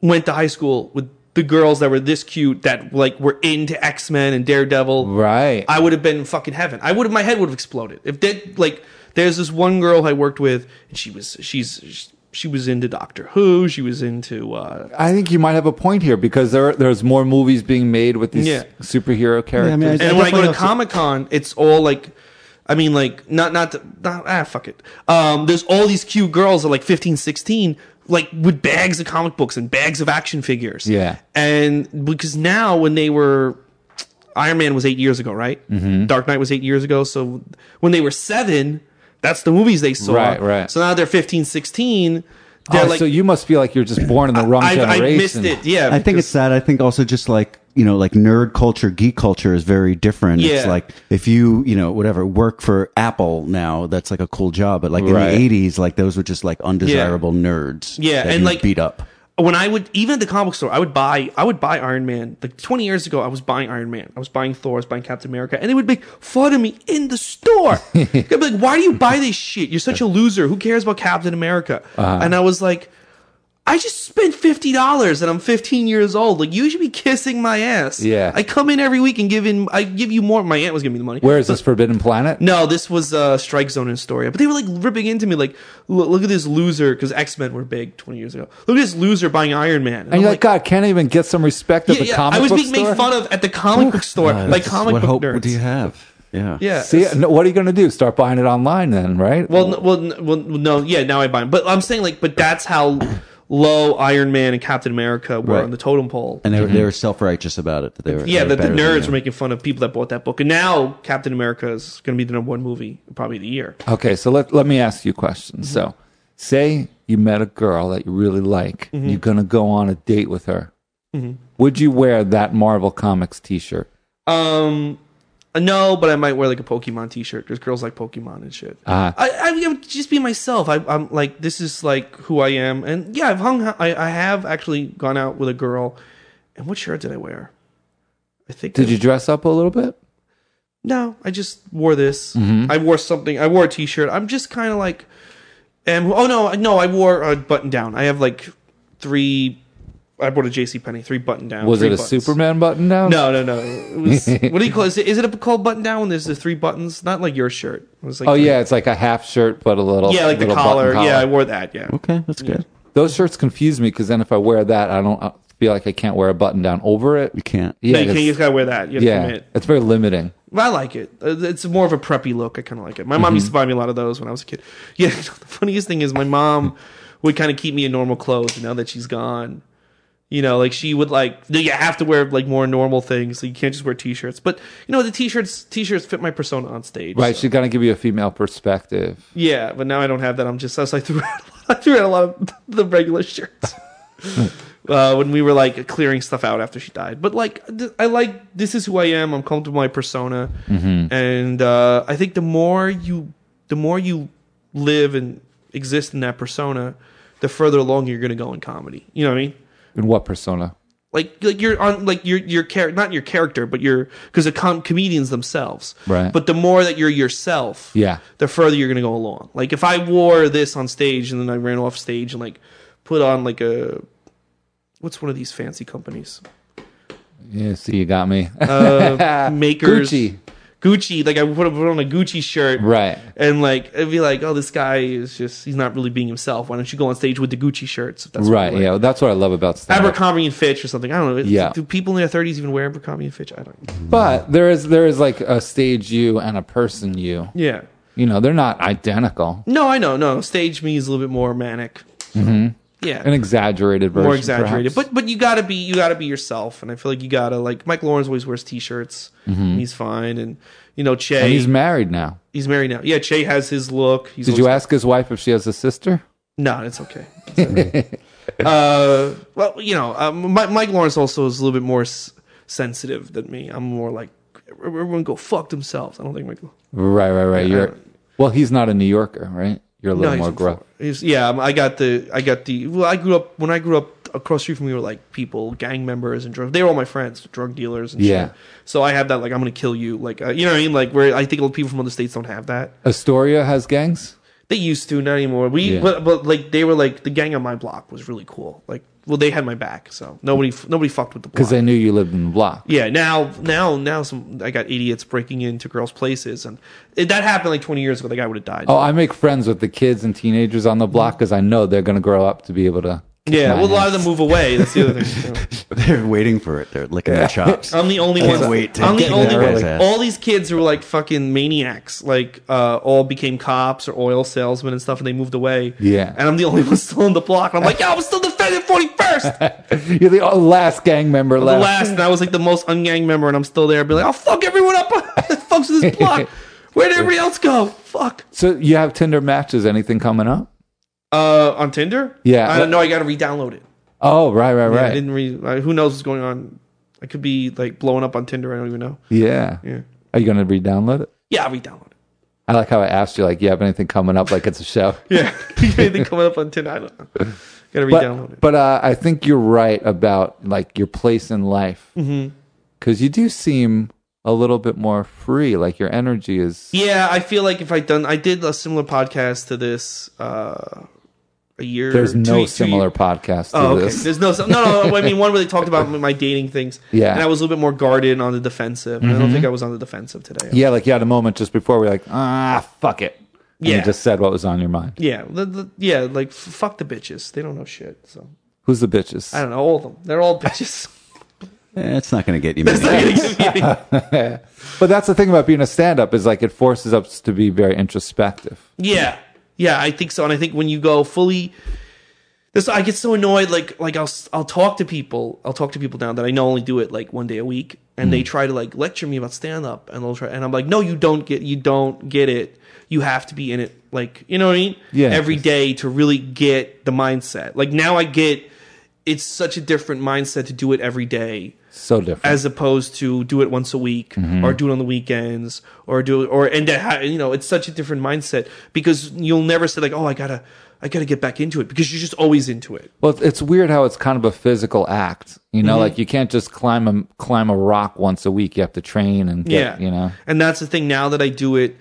went to high school with the girls that were this cute that like were into X Men and Daredevil, Right. I would have been in fucking heaven. I would have my head would have exploded. If that like there's this one girl I worked with, and she was she's she was into Doctor Who, she was into uh, I think you might have a point here because there there's more movies being made with these Yeah. superhero characters. I mean, I- and when I go to definitely have Comic Con, it's all like, I mean, like not not to- not ah fuck it. Um, there's all these cute girls that are like 15, 16, like with bags of comic books and bags of action figures. Yeah. and because now when they were Iron Man was eight years ago, right? Mm-hmm. Dark Knight was eight years ago. So when they were seven, that's the movies they saw. Right, right. So now they're 15, 16. They're Oh, like, so you must feel like you're just born in the wrong I, I generation. missed it. Yeah, I think it's that. I think also just like you know, like nerd culture, geek culture is very different. It's Yeah. like if you you know whatever work for Apple now, that's like a cool job. But like Right. in the eighties, like those were just like undesirable nerds. Yeah, that and, you like- beat up. when I would even at the comic store, I would buy I would buy Iron Man. Like twenty years ago, I was buying Iron Man. I was buying Thor. I was buying Captain America, and they would make fun of me in the store. They'd be like, "Why do you buy this shit? You're such a loser. Who cares about Captain America?" And I was like, "I just spent fifty dollars, and I'm 15 years old. Like you should be kissing my ass." Yeah. I come in every week and give in. I give you more. My aunt was giving me the money. Where is this Forbidden Planet? No, this was uh, Strike Zone in Astoria. But they were like ripping into me, like, look, look at this loser, because X Men were big 20 years ago. Look at this loser buying Iron Man. And you're like, God, can't I even get some respect at yeah, the yeah, comic I was book being store? made fun of at the comic book store by That's- comic what book hope nerds. do you have? Yeah, Yeah. See, uh, no, what are you going to do? Start buying it online then, right? Well, n- well, n- well, no, yeah, now I buy them. But I'm saying, like, but that's how low Iron Man and Captain America were Right. on the totem pole. and they were, they were self righteous about it. That they were Mm-hmm. yeah, they were that the better than nerds you. were making fun of people that bought that book. And now Captain America is going to be the number one movie, probably of the year. Okay, so let, let me ask you a Mm-hmm. question. So, say you met a girl that you really like, Mm-hmm. you're going to go on a date with her. Would you wear that Marvel Comics t shirt? Um, no, but I might wear like a Pokemon T-shirt because girls like Pokemon and shit. Ah. I, I, I would just be myself. I, I'm like this is like who I am, and yeah, I've hung. I, I have actually gone out with a girl, and what shirt did I wear? I think Did I- you dress up a little bit? No, I just wore this. Mm-hmm. I wore something. I wore a T-shirt. I'm just kind of like, am oh no, no, I wore a button down. I have like three. I bought a J.C. Penney three button down. Was three it a buttons. Superman button down? No, no, no. It was, what do you call it? Is it, is it a called button down when there's the three buttons? Not like your shirt. It was like Oh, three- yeah, it's like a half shirt, but a little. yeah, like the little collar. button Yeah, I wore that. Yeah, Okay, that's good. Those shirts confuse me because then if I wear that, I don't I feel like I can't wear a button down over it. You can't. no, Yeah, you, can't, you it's- just gotta wear that. You have to yeah, commit. it's very limiting. But I like it. Uh, It's more of a preppy look. I kind of like it. My Mm-hmm. mom used to buy me a lot of those when I was a kid. Yeah, the funniest thing is my mom would kind of keep me in normal clothes. and Now that she's gone, you know, like she would like no, you have to wear like more normal things. So you can't just wear t-shirts. But you know, the t-shirts t-shirts fit my persona on stage. Right, so- she's gonna give you a female perspective. Yeah, but now I don't have that. I'm just I was like threw out, I threw out a lot of the regular shirts uh, when we were like clearing stuff out after she died. But like th- I like this is who I am. I'm comfortable with my persona, and uh, I think the more you the more you live and exist in that persona, the further along you're gonna go in comedy. You know what I mean? In what persona? like like you're on like your your character not your character but your because the com- comedians themselves Right. but the more that you're yourself Yeah. the further you're gonna go along like if i wore this on stage and then i ran off stage and like put on like a what's one of these fancy companies Yeah, see, you got me. uh makers Gucci. Gucci, like I would put put on a Gucci shirt, Right. And like it'd be like, oh, this guy is just he's not really being himself. Why don't you go on stage with the Gucci shirts? If that's what right. you like. Yeah, that's what I love about stand Abercrombie and Fitch or something. I don't know. It's- Yeah. Do people in their thirties even wear Abercrombie and Fitch? I don't. But there is there is like a stage you and a person you. Yeah. You know, they're not identical. No, I know. No, stage me is a little bit more manic. Mm-hmm. Yeah. An exaggerated version. more exaggerated. perhaps. But but you gotta be you gotta be yourself, and I feel like you gotta like Mike Lawrence always wears t-shirts. and he's fine, and you know Che Mm-hmm. and he's, he's married now. married now. Yeah, Che has his look. He's Did you always- ask his wife if she has a sister? No, it's okay. It's okay. uh, well, you know, um, Mi- Mike Lawrence also is a little bit more s- sensitive than me. I'm more like everyone go fuck themselves. I don't think Mike. Right, right, right. Yeah, I You're don't- well. He's not a New Yorker, right? You're a little he's more from gruff. Florida. He's, yeah, um, I got the I got the well. I grew up when I grew up across the street from me were like people, gang members, and drug. They were all my friends, drug dealers. and Yeah. shit. So I have that like I'm gonna kill you, like uh, you know what I mean. Like where I think people from other states don't have that. Astoria has gangs. They used to, not anymore. We Yeah. but but like they were like the gang on my block was really cool. Like well, they had my back, so nobody f- nobody fucked with the block. Because they knew you lived in the block. Yeah, now now now some I got idiots breaking into girls' places, and it, that happened like 20 years ago. The guy would have died. Oh, I make friends with the kids and teenagers on the block because I know they're going to grow up to be able to. yeah, well, a lot of them move away. That's the other thing. They're waiting for it. They're licking their chops. I'm the only Can't one. wait to I'm the get only there. one. Yeah. All these kids who were like fucking maniacs, like uh, all became cops or oil salesmen and stuff, and they moved away. Yeah. and I'm the only one still in the block. And I'm like, yo, I'm still defending 41st, You're the oh, last gang member the left. last, and I was like the most ungang member, and I'm still there. Be like, I'll fuck everyone up. Fucks with this block. Where'd everybody else go? Fuck. So you have Tinder matches. Anything coming up? Uh, on Tinder? Yeah. I don't know. I got to re-download it. Oh, right, right, Yeah, I right. didn't re. I, who knows what's going on? I could be like blowing up on Tinder. I don't even know. yeah. Yeah. Are you going to re-download it? Yeah, I'll re-download it. I like how I asked you, like, you have anything coming up? Like it's a show. Yeah. Anything coming up on Tinder? I don't know. Gotta re-download but, but uh, I think you're right about like your place in life because Mm-hmm. you do seem a little bit more free. Like your energy is. it. Yeah, I feel like if I done, I did a similar podcast to this uh, a year. There's two- no two- similar podcast to Oh, okay. this. There's no, no, no, no. I mean, one where they talked about my dating things. Yeah. Mm-hmm. And I was a little bit more guarded and on the defensive. And I don't think I was on the defensive today. Yeah, like you had a moment just before we're like, ah, fuck it. And Yeah. You just said what was on your mind. Yeah. The, the, yeah. Like, f- fuck the bitches. They don't know shit. So Who's the bitches? I don't know. All of them. They're all bitches. Eh, it's not going to get you many. But that's the thing about being a stand up is like it forces us to be very introspective. Yeah, yeah, I think so, and I think when you go fully, this I get so annoyed. Like, like I'll s- I'll talk to people. I'll talk to people now that I know only do it like one day a week, and they try to like lecture me about stand up, and they'll try, and I'm like, no, you don't get, you don't get it. You have to be in it, like you know what I mean? Yeah. every day to really get the mindset. Like now, I get it's such a different mindset to do it every day So different. as opposed to do it once a week or do it on the weekends or do it or and to ha- you know it's such a different mindset because you'll never say like oh I gotta I gotta get back into it because you're just always into it. well, it's- it's weird how it's kind of a physical act. You Mm-hmm. know, like you can't just climb a climb a rock once a week. You have to train and get, you know. and that's the thing now that I do it.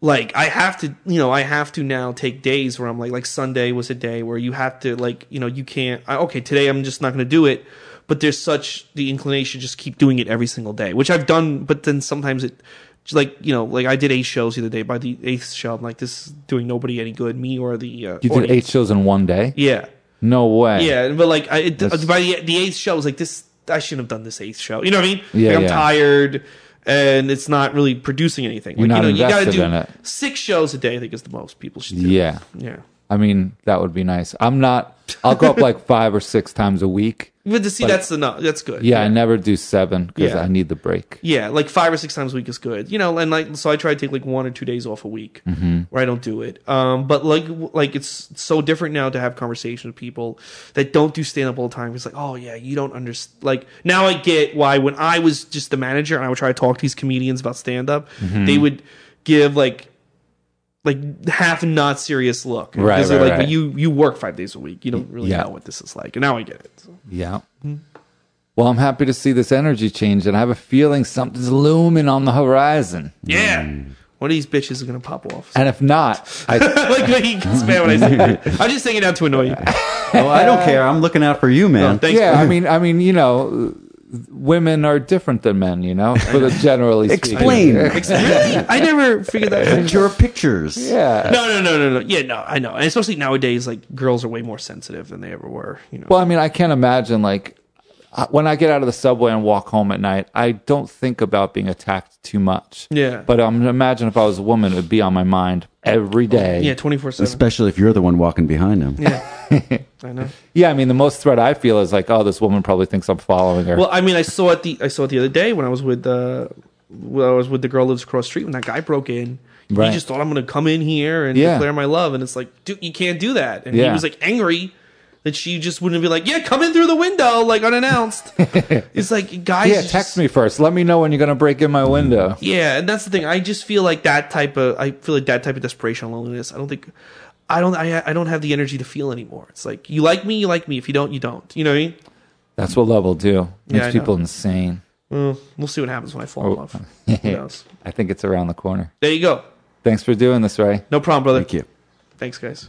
Like I have to, you know, I have to now take days where I'm like, like Sunday was a day where you have to, like, you know, you can't. I, okay, today I'm just not going to do it. But there's such the inclination to just keep doing it every single day, which I've done. But then sometimes it, just like you know, like I did eight shows the other day. By the eighth show, I'm like, this is doing nobody any good, me or the. Uh, You did eight shows in one day? Yeah, No way. yeah, but like I, it, uh, by the, the eighth show, I was like, this I shouldn't have done this eighth show. You know what I mean? Yeah, like, I'm yeah. tired, and it's not really producing anything. You're like, not you know, invested you in gotta it. do six shows a day. I think is the most people should do. Yeah. yeah. I mean, that would be nice. I'm not I'll go up like five or six times a week. But to see that's enough. That's good. Yeah, I never do seven because Yeah. I need the break. Yeah, like five or six times a week is good, you know. And like, so I try to take like one or two days off a week Mm-hmm. where I don't do it. Um, but like, like it's so different now to have conversations with people that don't do stand up all the time. It's like, oh yeah, you don't understand. Like now I get why when I was just the manager and I would try to talk to these comedians about stand up, Mm-hmm. they would give like like half not serious look Right, Because they're right, like, right. But you you work five days a week, you don't really Yeah. know what this is like, and now I get it. So. Yeah. Well, I'm happy to see this energy change, and I have a feeling something's looming on the horizon. Yeah, Mm. one of these bitches is gonna pop off. And if not, I, like when he can spam when I say that. I'm just saying it out to annoy you. oh, I don't care. I'm looking out for you, man. Thanks. yeah, I mean, I mean, you know, women are different than men, you know, for the generally speaking. Explain. really? I never figured that. out. Your pictures. Yeah. No, no, no, no, no. Yeah, no, I know. And especially nowadays, like girls are way more sensitive than they ever were. You know. Well, I mean, I can't imagine like I- when I get out of the subway and walk home at night, I don't think about being attacked too much. Yeah. But um, imagine if I was a woman, it would be on my mind every day. yeah, twenty four seven. Especially if you're the one walking behind them. I know. Yeah, I mean, the most threat I feel is like, oh, this woman probably thinks I'm following her. Well, I mean, I saw it the I saw it the other day when I was with uh, when I was with the girl who lives across the street when that guy broke in. Right. He just thought I'm going to come in here and Yeah. declare my love, and it's like, dude, you can't do that. And he Yeah. was like angry that she just wouldn't be like, yeah, come in through the window like unannounced. it's like guys, yeah, just- text me first. Let me know when you're going to break in my window. Yeah, and that's the thing. I just feel like that type of I feel like that type of desperation and loneliness. I don't think I don't I, I don't have the energy to feel anymore. It's like you like me, you like me. If you don't, you don't. You know what I mean? That's what love will do. Makes I know. people insane. Well, we'll see what happens when I Oh. fall in love. Who knows? I think it's around the corner. There you go. Thanks for doing this, Ray. No problem, brother. Thank you. Thanks, guys.